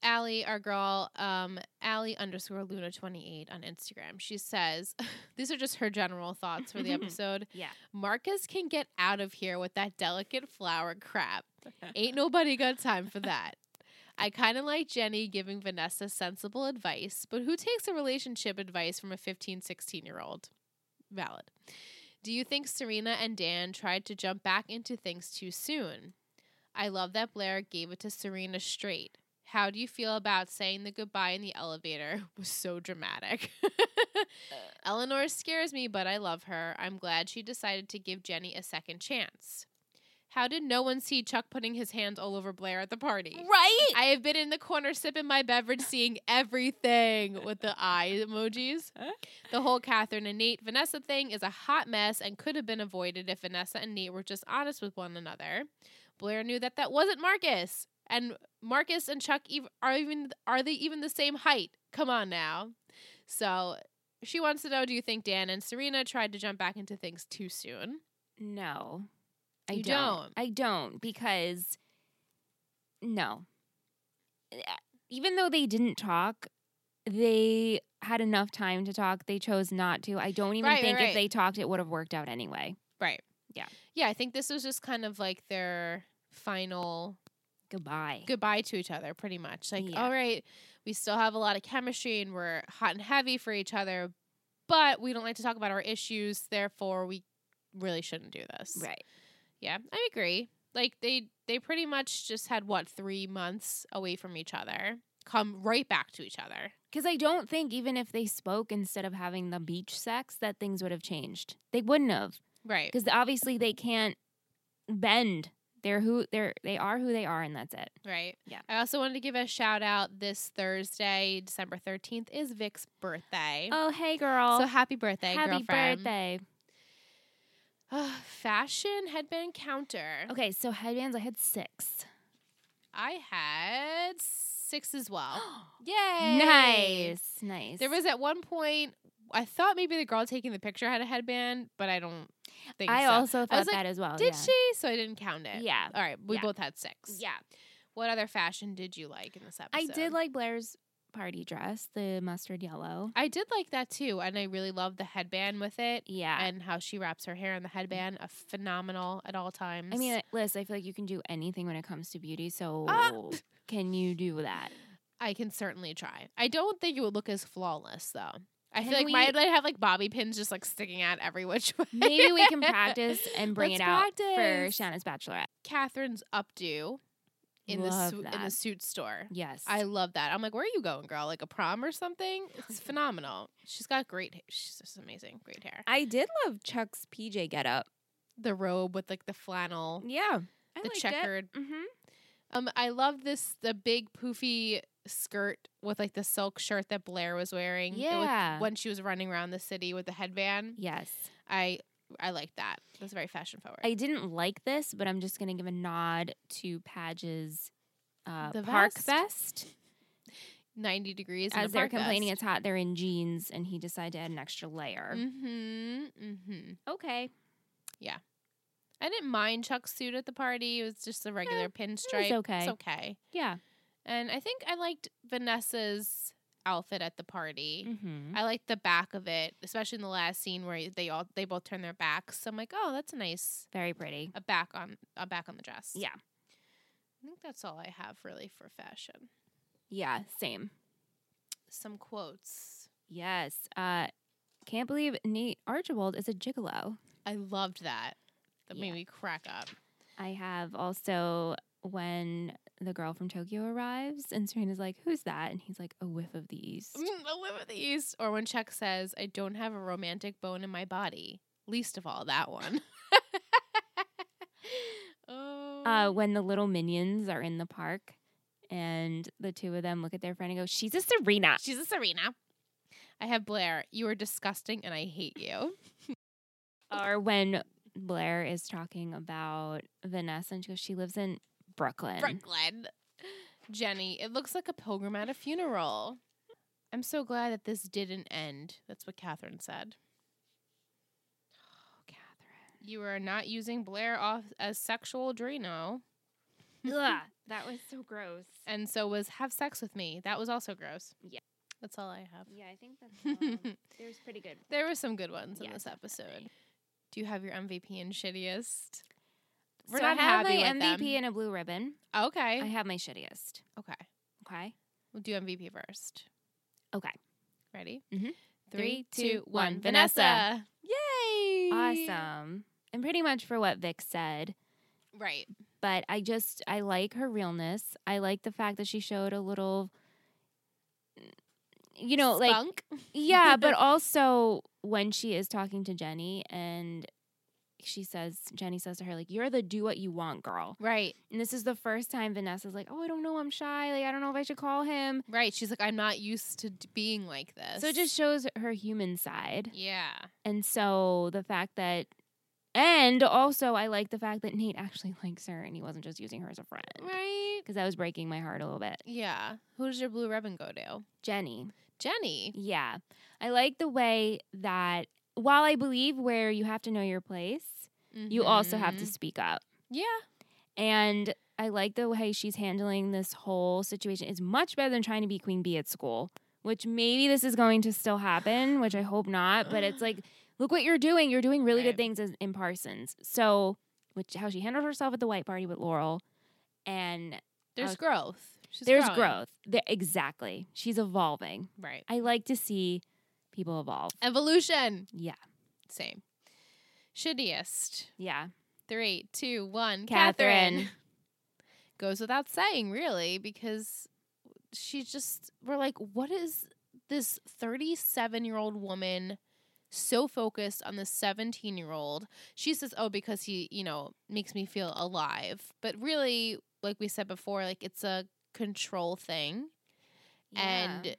Speaker 1: Allie, our girl, um, Allie underscore Luna twenty eight on Instagram. She says, "These are just her general thoughts for the episode.
Speaker 2: Yeah.
Speaker 1: Marcus can get out of here with that delicate flower crap. Ain't nobody got time for that. I kind of like Jenny giving Vanessa sensible advice, but who takes a relationship advice from a 15, 16 year old? Valid. Do you think Serena and Dan tried to jump back into things too soon? I love that Blair gave it to Serena straight. How do you feel about saying the goodbye in the elevator was so dramatic? Eleanor scares me, but I love her. I'm glad she decided to give Jenny a second chance. How did no one see Chuck putting his hands all over Blair at the party?
Speaker 2: Right?
Speaker 1: I have been in the corner sipping my beverage, seeing everything with the eye emojis. The whole Catherine and Nate Vanessa thing is a hot mess and could have been avoided if Vanessa and Nate were just honest with one another. Blair knew that that wasn't Marcus, and Marcus and Chuck ev- are even are they even the same height? Come on now. So she wants to know: Do you think Dan and Serena tried to jump back into things too soon?
Speaker 2: No. I
Speaker 1: You
Speaker 2: don't.
Speaker 1: don't.
Speaker 2: I don't because no. Uh, Even though they didn't talk, they had enough time to talk. They chose not to. I don't even
Speaker 1: Right, right,
Speaker 2: think if
Speaker 1: right.
Speaker 2: they talked it would have worked out anyway.
Speaker 1: Right.
Speaker 2: Yeah.
Speaker 1: Yeah. I think this was just kind of like their final
Speaker 2: Goodbye.
Speaker 1: goodbye to each other pretty much like
Speaker 2: Yeah.
Speaker 1: all right we still have a lot of chemistry and we're hot and heavy for each other but we don't like to talk about our issues therefore we really shouldn't do this
Speaker 2: Right.
Speaker 1: yeah i agree like they they pretty much just had what three months away from each other come right back to each other
Speaker 2: Because I don't think even if they spoke instead of having the beach sex, that things would have changed. They wouldn't have.
Speaker 1: right
Speaker 2: because obviously they can't bend. They're who they're they are who they are, and that's it.
Speaker 1: right
Speaker 2: Yeah.
Speaker 1: i also wanted to give a shout out this thursday december 13th is vic's birthday
Speaker 2: Oh hey girl,
Speaker 1: so happy birthday
Speaker 2: happy
Speaker 1: girlfriend.
Speaker 2: birthday!
Speaker 1: fashion headband counter
Speaker 2: Okay, so headbands I had six.
Speaker 1: I had six as well. Yay!
Speaker 2: nice, nice.
Speaker 1: There was at one point I thought maybe the girl taking the picture had a headband, but I don't think
Speaker 2: I
Speaker 1: so.
Speaker 2: also thought
Speaker 1: like,
Speaker 2: that as well.
Speaker 1: Did
Speaker 2: yeah.
Speaker 1: she? So I didn't count it.
Speaker 2: Yeah,
Speaker 1: All right, we
Speaker 2: Yeah.
Speaker 1: both had six.
Speaker 2: yeah.
Speaker 1: What other fashion did you like in this
Speaker 2: I
Speaker 1: episode?
Speaker 2: did like Blair's party dress, the mustard yellow.
Speaker 1: I did like that too, and I really love the headband with it
Speaker 2: Yeah. Mm.
Speaker 1: and how she wraps her hair in the headband. A phenomenal at all times.
Speaker 2: I mean, I- Liz, I feel like you can do anything when it comes to beauty. So
Speaker 1: Ah.
Speaker 2: can you do that?
Speaker 1: I can certainly try. I don't think it would look as flawless though. I
Speaker 2: Can
Speaker 1: feel like my
Speaker 2: we-
Speaker 1: I'd have like bobby pins just like sticking out every which way.
Speaker 2: Maybe we can practice and bring
Speaker 1: Let's
Speaker 2: it out
Speaker 1: practice.
Speaker 2: for Shanna's bachelorette.
Speaker 1: Catherine's updo in the
Speaker 2: Love
Speaker 1: su- in the
Speaker 2: that.
Speaker 1: suit store.
Speaker 2: Yes.
Speaker 1: I love that. I'm like, where are you going, girl? Like a prom or something? It's phenomenal. She's got great. ha- She's just amazing. Great hair.
Speaker 2: I did love Chuck's PJ getup.
Speaker 1: The robe with like the flannel,
Speaker 2: Yeah.
Speaker 1: the checkered
Speaker 2: Mm-hmm.
Speaker 1: Um, I love this the big poofy skirt with like the silk shirt that Blair was wearing. with-
Speaker 2: Yeah.
Speaker 1: when she was running around the city with the headband,
Speaker 2: Yes.
Speaker 1: I I liked that. It was very fashion forward.
Speaker 2: I didn't like this, but I'm just going to give a nod to Padge's uh,
Speaker 1: The
Speaker 2: park
Speaker 1: vest.
Speaker 2: vest.
Speaker 1: Ninety degrees in a
Speaker 2: As they're
Speaker 1: park
Speaker 2: complaining
Speaker 1: vest.
Speaker 2: it's hot, they're in jeans, and he decided to add an extra layer.
Speaker 1: Mhm. Mhm.
Speaker 2: Okay.
Speaker 1: I didn't mind Chuck's suit at the party. It was just a regular pinstripe.
Speaker 2: Eh, okay.
Speaker 1: It's okay.
Speaker 2: Yeah.
Speaker 1: And I think I liked Vanessa's outfit at the party.
Speaker 2: Mm-hmm.
Speaker 1: I liked the back of it, especially in the last scene where they all they both turn their backs. So I'm like, oh, that's a nice
Speaker 2: Very pretty.
Speaker 1: a back on a back on the dress.
Speaker 2: Yeah.
Speaker 1: I think that's all I have really for fashion.
Speaker 2: Yeah. Same.
Speaker 1: Some quotes.
Speaker 2: Yes. Uh, can't believe Nate Archibald is a gigolo.
Speaker 1: I loved that. That
Speaker 2: Yeah.
Speaker 1: made me crack up.
Speaker 2: I have also when the girl from Tokyo arrives and Serena's like, "Who's that?" and he's like, "A whiff of the east."
Speaker 1: Mm, I live in the East. Or when Chuck says, I don't have a romantic bone in my body. Least of all that one. oh.
Speaker 2: Uh, when the little minions are in the park and the two of them look at their friend and go, "She's a Serena."
Speaker 1: She's a Serena. I have Blair. You are disgusting and I hate you.
Speaker 2: Or when Blair is talking about Vanessa and she goes, "She lives in Brooklyn."
Speaker 1: Brooklyn. Jenny, it looks like a pilgrim at a funeral. I'm so glad that this didn't end. That's what Catherine said.
Speaker 2: Oh, Catherine.
Speaker 1: You are not using Blair off as sexual Drano.
Speaker 2: Ugh, that was so gross.
Speaker 1: And so was have sex with me. That was also gross.
Speaker 2: Yeah.
Speaker 1: That's all I have.
Speaker 2: Yeah, I think that's all. There's pretty good.
Speaker 1: there were some good ones in
Speaker 2: Yeah,
Speaker 1: this episode.
Speaker 2: definitely.
Speaker 1: Do you have your MVP and shittiest?
Speaker 2: We're
Speaker 1: We're
Speaker 2: so
Speaker 1: not
Speaker 2: I have
Speaker 1: happy
Speaker 2: my
Speaker 1: with
Speaker 2: MVP
Speaker 1: them. Eh.
Speaker 2: and a blue ribbon.
Speaker 1: Okay.
Speaker 2: I have my shittiest.
Speaker 1: okay.
Speaker 2: Okay.
Speaker 1: We'll do MVP first.
Speaker 2: Okay.
Speaker 1: Ready?
Speaker 2: Mhm.
Speaker 1: Three, two, one.
Speaker 2: two, one.
Speaker 1: Vanessa. Yay.
Speaker 2: Awesome. And pretty much for what Vic said,
Speaker 1: Right.
Speaker 2: but I just I like her realness. I like the fact that she showed a little you know, like
Speaker 1: Spunk.
Speaker 2: yeah, but also when she is talking to Jenny and she says Jenny says to her like you're the do what you want girl.
Speaker 1: Right.
Speaker 2: And this is the first time Vanessa's like, "Oh, I don't know, I'm shy. Like I don't know if I should call him."
Speaker 1: Right. She's like, I'm not used to d- being like this.
Speaker 2: So it just shows her human side.
Speaker 1: yeah.
Speaker 2: And so the fact that, and also I like the fact that Nate actually likes her and he wasn't just using her as a friend.
Speaker 1: Right.
Speaker 2: Because that was breaking my heart a little bit.
Speaker 1: Yeah. Who does your blue ribbon go to?
Speaker 2: Jenny.
Speaker 1: Jenny.
Speaker 2: Yeah. I like the way that, while I believe where you have to know your place, you also have to
Speaker 1: Mhm.
Speaker 2: speak up.
Speaker 1: Yeah.
Speaker 2: And I like the way she's handling this whole situation. It's much better than trying to be Queen Bee at school, which maybe this is going to still happen, which I hope not. But it's like, look what you're doing. You're doing really
Speaker 1: Right.
Speaker 2: good things as, in Parsons. So, which how she handled herself at the white party with Laurel, and
Speaker 1: There's
Speaker 2: was-
Speaker 1: growth. She's
Speaker 2: Uh, there's
Speaker 1: growing.
Speaker 2: growth. There, exactly, she's evolving.
Speaker 1: Right.
Speaker 2: I like to see people evolve.
Speaker 1: Evolution.
Speaker 2: Yeah,
Speaker 1: Same. Shittiest.
Speaker 2: yeah.
Speaker 1: Three, two, one.
Speaker 2: Catherine.
Speaker 1: Goes without saying, really, because she just, we're like, what is this 37 year old woman so focused on the 17 year old? She says, oh, because he, you know, makes me feel alive. But really, like we said before, like it's a control thing.
Speaker 2: Yeah.
Speaker 1: and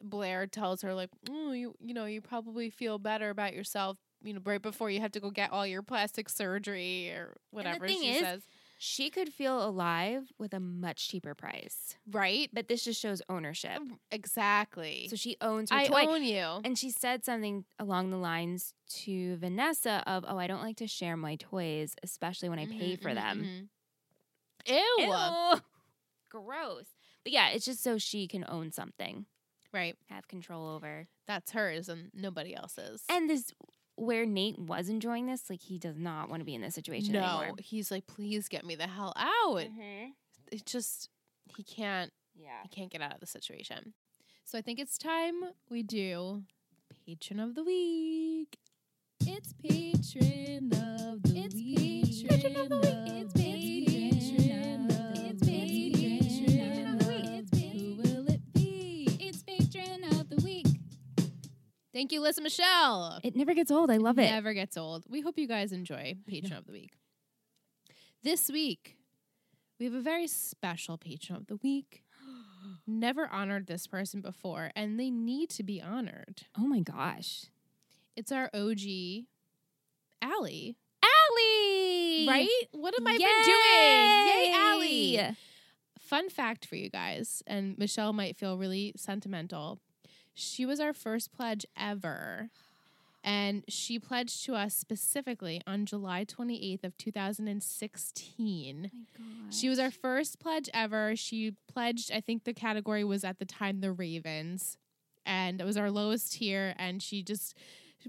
Speaker 1: Blair tells her like, "Oh, you you know, you probably feel better about yourself, you know, right before you have to go get all your plastic surgery or whatever
Speaker 2: thing
Speaker 1: she
Speaker 2: is-
Speaker 1: says."
Speaker 2: she could feel alive with a much cheaper price,
Speaker 1: Right?
Speaker 2: but this just shows ownership.
Speaker 1: Exactly.
Speaker 2: So she owns her
Speaker 1: I
Speaker 2: toy.
Speaker 1: own you.
Speaker 2: And she said something along the lines to Vanessa of, "Oh, I don't like to share my toys, especially when I pay
Speaker 1: Mhm,
Speaker 2: for
Speaker 1: mhm,
Speaker 2: them."
Speaker 1: mhm. Ew.
Speaker 2: Ew. gross. But yeah, it's just so she can own something,
Speaker 1: Right.
Speaker 2: have control over.
Speaker 1: That's hers and nobody else's.
Speaker 2: And this where Nate was enjoying this, like he does not want to be in this situation
Speaker 1: no,
Speaker 2: anymore.
Speaker 1: he's like, please get me the hell out.
Speaker 2: Mm-hmm.
Speaker 1: It just he can't
Speaker 2: Yeah.
Speaker 1: he can't get out of the situation. So I think it's time we do patron of the week. It's patron of the it's week. Patron of the week. It's patron of the
Speaker 3: It's
Speaker 1: week.
Speaker 3: patron of the
Speaker 1: It's
Speaker 3: week.
Speaker 1: patron. Who will it be?
Speaker 3: It's patron of the week.
Speaker 1: Thank you, Lisa Michelle.
Speaker 2: It never gets old. I love it.
Speaker 1: Never gets old. We hope you guys enjoy Patron of the Week. This week, we have a very special Patron of the Week. Never honored this person before, and they need to be honored.
Speaker 2: Oh my gosh.
Speaker 1: It's our OG, Allie.
Speaker 2: Allie!
Speaker 1: Right? What have I been doing? Yay, Allie! Fun fact for you guys, and Michelle might feel really sentimental. She was our first pledge ever. And she pledged to us specifically on July 28th of 2016.
Speaker 2: Oh my gosh.
Speaker 1: She was our first pledge ever. She pledged, I think the category was at the time the Ravens. And it was our lowest tier. And she just,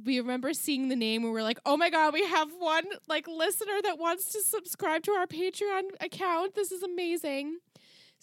Speaker 1: we remember seeing the name. We were like, oh my God, we have one like listener that wants to subscribe to our Patreon account. This is amazing.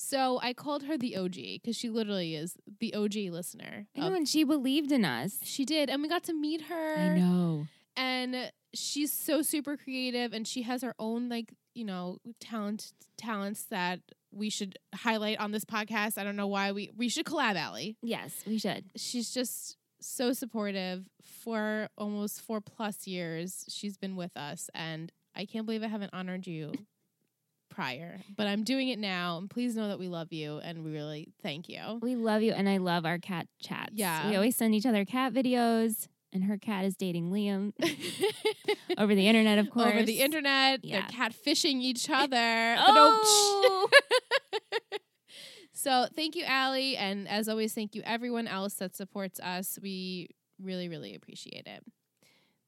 Speaker 1: So I called her the OG because she literally is the OG listener.
Speaker 2: I know,
Speaker 1: of-
Speaker 2: and she believed in us.
Speaker 1: she did. And we got to meet her
Speaker 2: I know.
Speaker 1: and she's so super creative and she has her own like you know talent talents that we should highlight on this podcast i don't know why we we should collab Allie.
Speaker 2: Yes, we should.
Speaker 1: she's just so supportive for almost four plus years she's been with us and i can't believe i haven't honored you prior but i'm doing it now and please know that we love you and we really thank you
Speaker 2: We love you, and I love our cat chats.
Speaker 1: Yeah.
Speaker 2: we always send each other cat videos, and her cat is dating Liam over the internet, of course.
Speaker 1: over the internet
Speaker 2: Yeah.
Speaker 1: they're catfishing each other Ba-dum-tsh.
Speaker 2: Oh,
Speaker 1: So thank you, Allie. And as always, thank you everyone else that supports us. We really, really appreciate it.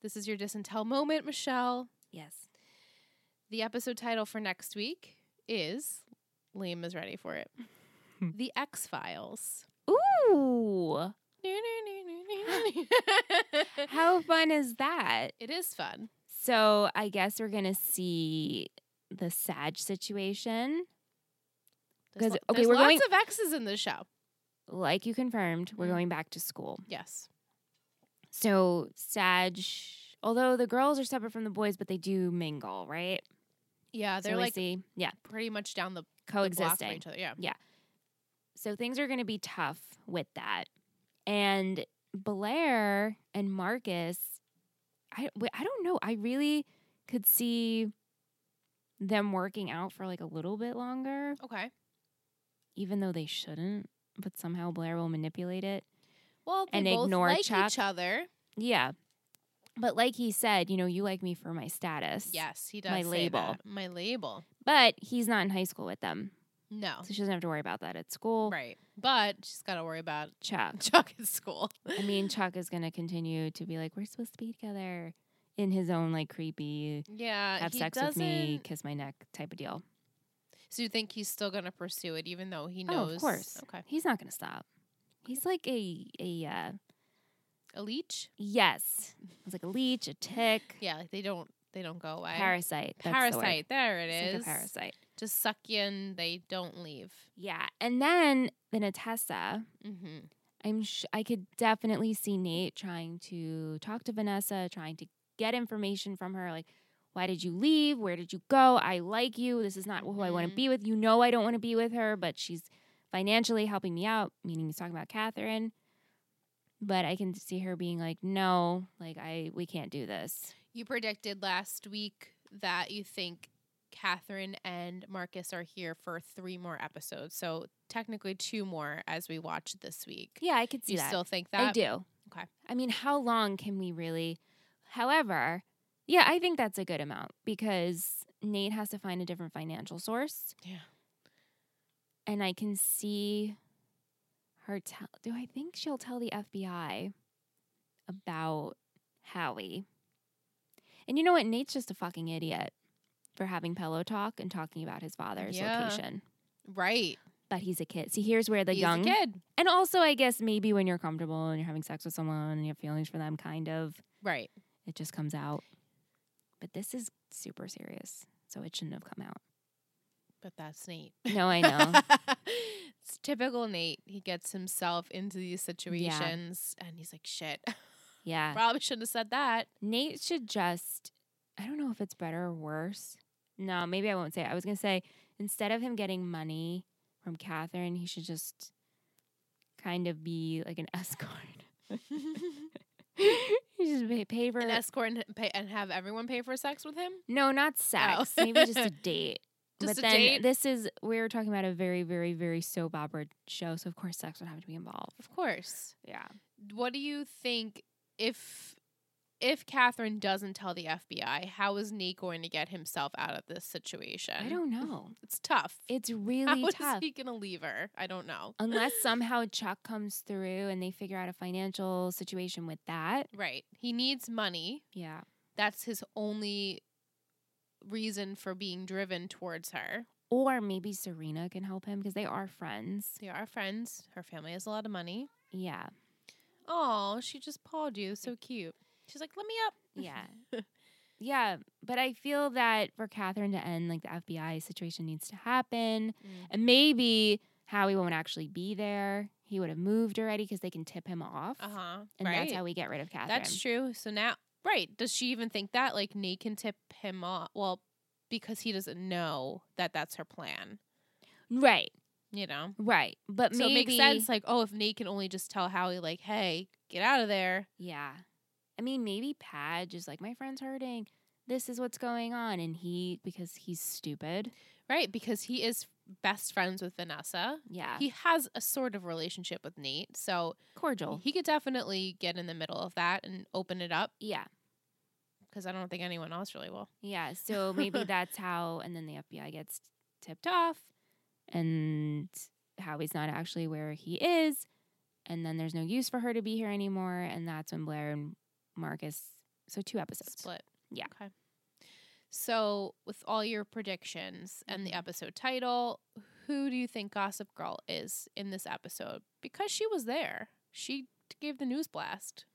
Speaker 1: This is your disentel moment, Michelle.
Speaker 2: yes.
Speaker 1: The episode title for next week is Liam is ready for it. the X Files.
Speaker 2: Ooh, how fun is that?
Speaker 1: it is fun.
Speaker 2: So I guess we're gonna see the Sag situation.
Speaker 1: There's,
Speaker 2: 'Cause-
Speaker 1: lo-
Speaker 2: okay,
Speaker 1: there's
Speaker 2: we're
Speaker 1: lots
Speaker 2: going-
Speaker 1: of X's in this show.
Speaker 2: Like you confirmed, we're
Speaker 1: Mhm.
Speaker 2: going back to school.
Speaker 1: Yes.
Speaker 2: So Sag, although the girls are separate from the boys, but they do mingle, right?
Speaker 1: Yeah,
Speaker 2: So
Speaker 1: they're
Speaker 2: we
Speaker 1: like
Speaker 2: see, yeah,
Speaker 1: pretty much down the, the block from
Speaker 2: coexisting.
Speaker 1: each other. Yeah.
Speaker 2: So things are going to be tough with that. And Blair and Marcus, I, w- I don't know. I really could see them working out for like a little bit longer,
Speaker 1: Okay.
Speaker 2: even though they shouldn't. But somehow Blair will manipulate it.
Speaker 1: Well, they
Speaker 2: And
Speaker 1: both
Speaker 2: ignore
Speaker 1: like
Speaker 2: Chuck.
Speaker 1: each other.
Speaker 2: Yeah. But like he said, you know, you like me for my status.
Speaker 1: Yes, he does.
Speaker 2: My
Speaker 1: say
Speaker 2: label.
Speaker 1: that. My label.
Speaker 2: But he's not in high school with them.
Speaker 1: No.
Speaker 2: So she doesn't have to worry about that at school.
Speaker 1: Oh. Right. But she's got to worry about
Speaker 2: Chuck.
Speaker 1: Chuck at school.
Speaker 2: I mean, Chuck is going to continue to be like, we're supposed to be together in his own like creepy,
Speaker 1: Yeah. Uh,
Speaker 2: have
Speaker 1: he
Speaker 2: sex with
Speaker 1: doesn't.
Speaker 2: me, kiss my neck type of deal.
Speaker 1: So you think he's still going to pursue it even though he
Speaker 2: Oh,
Speaker 1: knows?
Speaker 2: of course.
Speaker 1: Okay.
Speaker 2: He's not going to stop. He's like a a uh,
Speaker 1: A leech?
Speaker 2: yes. He's like a leech, a tick,
Speaker 1: Yeah. like, They don't. They don't go away.
Speaker 2: parasite. That's the word.
Speaker 1: Parasite. there it
Speaker 2: He's like
Speaker 1: is.
Speaker 2: a parasite.
Speaker 1: Just suck you in. They don't leave.
Speaker 2: Yeah, and then the Natessa.
Speaker 1: Mm-hmm.
Speaker 2: I'm sh- I could definitely see Nate trying to talk to Vanessa, trying to get information from her like why did you leave? Where did you go? I like you. This is not who I want
Speaker 1: Mhm.
Speaker 2: to be with. You know I don't want to be with her, but she's financially helping me out, meaning he's talking about Catherine. But I can see her being like, "No, like I we can't do this."
Speaker 1: You predicted last week that you think Catherine and Marcus are here for three more episodes. So technically two more as we watch this week.
Speaker 2: Yeah, I could see
Speaker 1: you
Speaker 2: that.
Speaker 1: still think that?
Speaker 2: I do.
Speaker 1: Okay.
Speaker 2: I mean, how long can we really? However, yeah, I think that's a good amount because Nate has to find a different financial source.
Speaker 1: Yeah.
Speaker 2: And I can see her tell. Do I think she'll tell the FBI about Howie? And you know what? Nate's just a fucking idiot for having pillow talk and talking about his father's
Speaker 1: Yeah.
Speaker 2: location.
Speaker 1: Right.
Speaker 2: but he's a kid. See, here's where the
Speaker 1: He's a
Speaker 2: young
Speaker 1: kid.
Speaker 2: and also I guess maybe when you're comfortable and you're having sex with someone and you have feelings for them, kind of
Speaker 1: Right.
Speaker 2: it just comes out. But this is super serious, so it shouldn't have come out.
Speaker 1: But that's Nate.
Speaker 2: No, I know.
Speaker 1: it's typical Nate. He gets himself into these situations and he's like, shit,
Speaker 2: yeah,
Speaker 1: probably shouldn't have said that.
Speaker 2: Nate should just. I don't know if it's better or worse. No, maybe I won't say. It. I was gonna say instead of him getting money from Catherine, he should just kind of be like an escort. he just pay, pay for
Speaker 1: And escort and, pay, and have everyone pay for sex with him?
Speaker 2: No, not sex. Maybe just a date.
Speaker 1: Just
Speaker 2: but
Speaker 1: a
Speaker 2: then
Speaker 1: date?
Speaker 2: this is we were talking about a very, very, very soap opera show, so of course sex would have to be involved.
Speaker 1: Of course.
Speaker 2: Yeah.
Speaker 1: What do you think if if Catherine doesn't tell the FBI, how is Nate going to get himself out of this situation?
Speaker 2: I don't know.
Speaker 1: It's tough.
Speaker 2: It's
Speaker 1: How
Speaker 2: really
Speaker 1: is
Speaker 2: tough.
Speaker 1: he gonna leave her? I don't know.
Speaker 2: Unless somehow Chuck comes through and they figure out a financial situation with that.
Speaker 1: right. He needs money.
Speaker 2: Yeah.
Speaker 1: That's his only reason for being driven towards her.
Speaker 2: Or maybe Serena can help him because they are friends.
Speaker 1: They are friends. Her family has a lot of money.
Speaker 2: Yeah.
Speaker 1: Oh, she just pawed you. So cute. She's like, let me up.
Speaker 2: Yeah. yeah. But I feel that for Catherine to end, like the FBI situation needs to happen.
Speaker 1: Mm.
Speaker 2: And maybe Howie won't actually be there. He would have moved already because they can tip him off.
Speaker 1: Uh huh.
Speaker 2: And
Speaker 1: right.
Speaker 2: that's how we get rid of Catherine.
Speaker 1: That's true. So now, right? Does she even think that like Nate can tip him off? Well, because he doesn't know that that's her plan.
Speaker 2: Right,
Speaker 1: You know.
Speaker 2: right. But
Speaker 1: So it
Speaker 2: maybe.
Speaker 1: makes sense. Like, oh, if Nate can only just tell Howie, like, hey, get out of there.
Speaker 2: Yeah. I mean, maybe Padge is like, my friend's hurting. This is what's going on. And he, because he's stupid.
Speaker 1: Right, because he is best friends with Vanessa.
Speaker 2: Yeah.
Speaker 1: He has a sort of relationship with Nate, so
Speaker 2: cordial.
Speaker 1: he could definitely get in the middle of that and open it up
Speaker 2: yeah.
Speaker 1: because I don't think anyone else really will.
Speaker 2: Yeah. So maybe that's how. And then the FBI gets tipped off. And Howie's not actually where he is. And then there's no use for her to be here anymore. And that's when Blair and Marcus. So two episodes.
Speaker 1: Split.
Speaker 2: Yeah.
Speaker 1: Okay. So, with all your predictions and the
Speaker 2: Mhm.
Speaker 1: episode title, who do you think Gossip Girl is in this episode? Because she was there. She t- gave the news blast.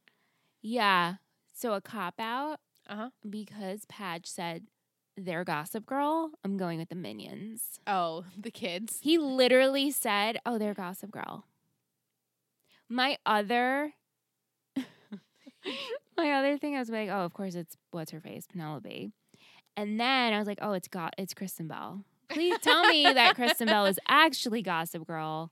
Speaker 2: Yeah. So a cop out
Speaker 1: Uh-huh.
Speaker 2: because Padge said they're gossip girl. I'm going with the minions.
Speaker 1: Oh, the kids.
Speaker 2: He literally said, Oh, they're gossip girl. My other my other thing I was like, Oh, of course it's what's her face, Penelope. And then I was like, Oh, it's got it's Kristen Bell. Please tell me that Kristen Bell is actually gossip girl.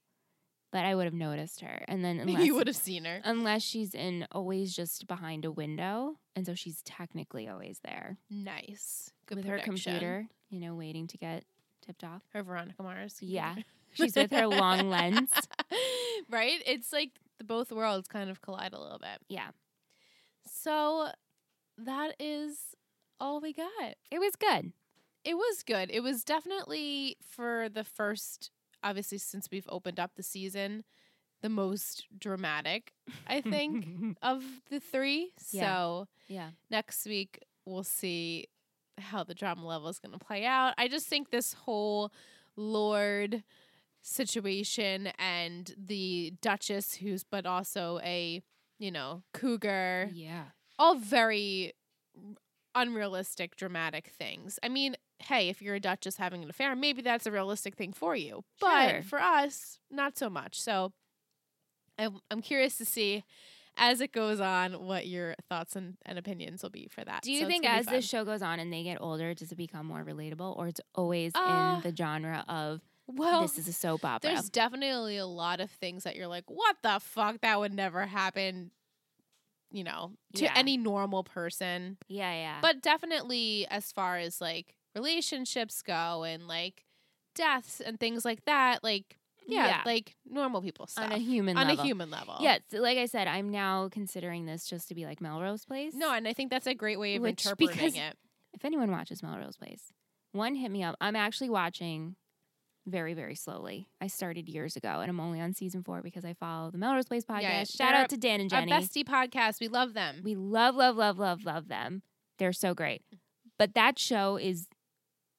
Speaker 2: But I would have noticed her. And then unless
Speaker 1: you would have seen her.
Speaker 2: unless she's in always just behind a window and so she's technically always there
Speaker 1: Nice. Good
Speaker 2: with
Speaker 1: prediction.
Speaker 2: her computer you know waiting to get tipped off
Speaker 1: Her Veronica Mars. computer.
Speaker 2: yeah she's with her long lens
Speaker 1: right? It's like the both worlds kind of collide a little bit.
Speaker 2: yeah
Speaker 1: So, that is all we got.
Speaker 2: it was good
Speaker 1: It was good. It was definitely for the first, obviously, since we've opened up the season, the most dramatic, I think, of the three.
Speaker 2: Yeah.
Speaker 1: So
Speaker 2: yeah
Speaker 1: next week, we'll see how the drama level is going to play out. I just think this whole Lord situation and the Duchess, who's but also a, you know, cougar
Speaker 2: yeah
Speaker 1: all very unrealistic dramatic things. I mean, hey, if you're a duchess having an affair, maybe that's a realistic thing for you. But
Speaker 2: Sure.
Speaker 1: for us, not so much. So I'm, I'm curious to see as it goes on what your thoughts and, and opinions will be for that.
Speaker 2: do you
Speaker 1: So it's
Speaker 2: think
Speaker 1: gonna be
Speaker 2: as this
Speaker 1: fun.
Speaker 2: show goes on and they get older does it become more relatable or it's always
Speaker 1: Uh,
Speaker 2: in the genre of
Speaker 1: well,
Speaker 2: this is a soap opera
Speaker 1: there's definitely a lot of things that you're like, what the fuck? That would never happen, you know, to
Speaker 2: Yeah.
Speaker 1: any normal person.
Speaker 2: yeah yeah
Speaker 1: But definitely, as far as like relationships go and like deaths and things like that, like, yeah,
Speaker 2: Yeah.
Speaker 1: like normal people stuff.
Speaker 2: on a human
Speaker 1: On a
Speaker 2: level
Speaker 1: human level.
Speaker 2: yeah so like i said i'm now considering this just to be like melrose place
Speaker 1: No, and I think that's a great way of
Speaker 2: Which-
Speaker 1: interpreting
Speaker 2: because-
Speaker 1: it.
Speaker 2: if anyone watches Melrose Place, one hit me up. I'm actually watching very, very slowly. I started years ago and I'm only on season four because I follow the Melrose Place podcast.
Speaker 1: Yeah,
Speaker 2: Shout
Speaker 1: they're
Speaker 2: out to Dan and Jenny.
Speaker 1: Our bestie podcast. We love them.
Speaker 2: We love, love, love, love, love them. They're so great. But that show is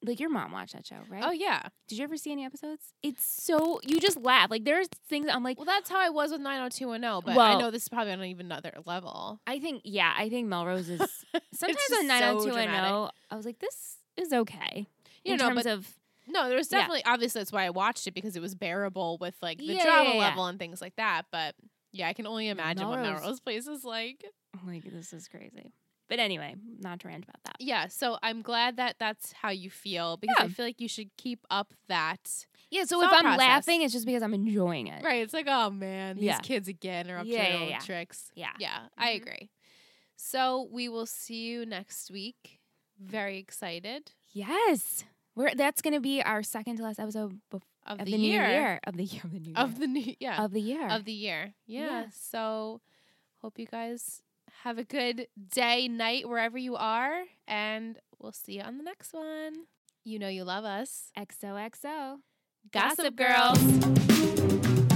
Speaker 2: like your mom watched that show, right?
Speaker 1: Oh yeah.
Speaker 2: Did you ever see any episodes? It's so you just laugh. Like there's things I'm like
Speaker 1: Well, that's how I was with 90210, but I
Speaker 2: Well-
Speaker 1: know this is probably on even another level.
Speaker 2: I think yeah, I think Melrose is sometimes
Speaker 1: just so
Speaker 2: on 90210
Speaker 1: dramatic.
Speaker 2: I was like this is okay.
Speaker 1: You
Speaker 2: in
Speaker 1: know,
Speaker 2: terms
Speaker 1: but
Speaker 2: of
Speaker 1: no, there was
Speaker 2: Yeah.
Speaker 1: definitely obviously that's why I watched it because it was bearable with like the
Speaker 2: Yeah,
Speaker 1: drama
Speaker 2: yeah, yeah.
Speaker 1: level and things like that. But yeah, I can only imagine what
Speaker 2: Melrose-
Speaker 1: Melrose Place is like.
Speaker 2: like this is crazy. But anyway, not to rant about that.
Speaker 1: Yeah, so I'm glad that that's how you feel because I
Speaker 2: Yeah.
Speaker 1: feel like you should keep up that.
Speaker 2: Yeah, so
Speaker 1: Thought
Speaker 2: if I'm
Speaker 1: process.
Speaker 2: laughing it's just because I'm enjoying it.
Speaker 1: Right, it's like oh man, these
Speaker 2: Yeah.
Speaker 1: kids again are up
Speaker 2: Yeah,
Speaker 1: to their
Speaker 2: yeah,
Speaker 1: old
Speaker 2: yeah.
Speaker 1: tricks.
Speaker 2: Yeah.
Speaker 1: Yeah, I
Speaker 2: Mhm.
Speaker 1: agree. So we will see you next week. Very excited
Speaker 2: Yes. We're that's going to be our second to last episode bef-
Speaker 1: of,
Speaker 2: of
Speaker 1: the,
Speaker 2: the new year of the year of the new
Speaker 1: of
Speaker 2: year.
Speaker 1: the new yeah
Speaker 2: of the year.
Speaker 1: of the year. Yeah.
Speaker 2: Yeah.
Speaker 1: So hope you guys have a good day, night, wherever you are, and we'll see you on the next one. You know you love us.
Speaker 2: XOXO.
Speaker 1: Gossip,
Speaker 2: Gossip
Speaker 1: Girls.
Speaker 2: Girls.